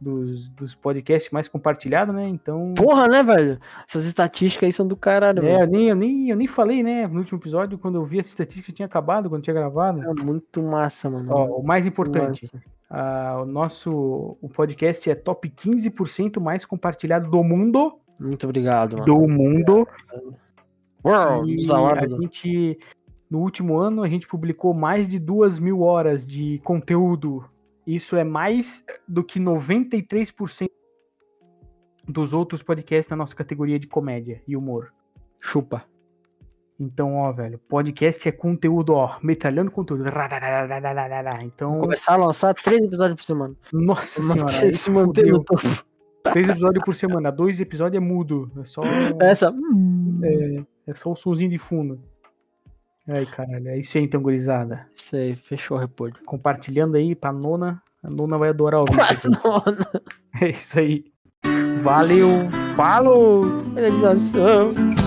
[SPEAKER 2] dos, dos podcasts mais compartilhados, né? Então.
[SPEAKER 1] Porra, né, velho? Essas estatísticas aí são do caralho,
[SPEAKER 2] é,
[SPEAKER 1] velho.
[SPEAKER 2] eu, nem, eu, nem, eu nem falei, né? No último episódio, quando eu vi essa estatística, tinha acabado, quando tinha gravado.
[SPEAKER 1] É muito massa, mano.
[SPEAKER 2] Ó, o mais importante,
[SPEAKER 1] Massa.
[SPEAKER 2] ah, o nosso o podcast é top 15% mais compartilhado do mundo.
[SPEAKER 1] Muito obrigado, mano.
[SPEAKER 2] Do mundo.
[SPEAKER 1] World,
[SPEAKER 2] E a
[SPEAKER 1] Zawardo.
[SPEAKER 2] gente, no último ano, a gente publicou mais de duas mil horas de conteúdo. Isso é mais do que 93% dos outros podcasts na nossa categoria de comédia e humor.
[SPEAKER 1] Chupa.
[SPEAKER 2] Então, ó, velho, podcast é conteúdo, ó, metralhando conteúdo. Radadadadadadadá.
[SPEAKER 1] Vou
[SPEAKER 2] Então,
[SPEAKER 1] começar a lançar três episódios por semana.
[SPEAKER 2] nossa senhora,
[SPEAKER 1] Manter-
[SPEAKER 2] aí
[SPEAKER 1] se manter no
[SPEAKER 2] fudeu.
[SPEAKER 1] topo.
[SPEAKER 2] três episódios por semana, dois episódios é mudo, é só,
[SPEAKER 1] Essa. hum,
[SPEAKER 2] é só o sonzinho de fundo. Ai, caralho, é isso aí então, gurizada.
[SPEAKER 1] Isso aí, fechou o repolho.
[SPEAKER 2] compartilhando aí pra nona. A nona vai adorar ouvir. isso aqui.
[SPEAKER 1] Mano,
[SPEAKER 2] É isso aí. Valeu. Falou!
[SPEAKER 1] realização.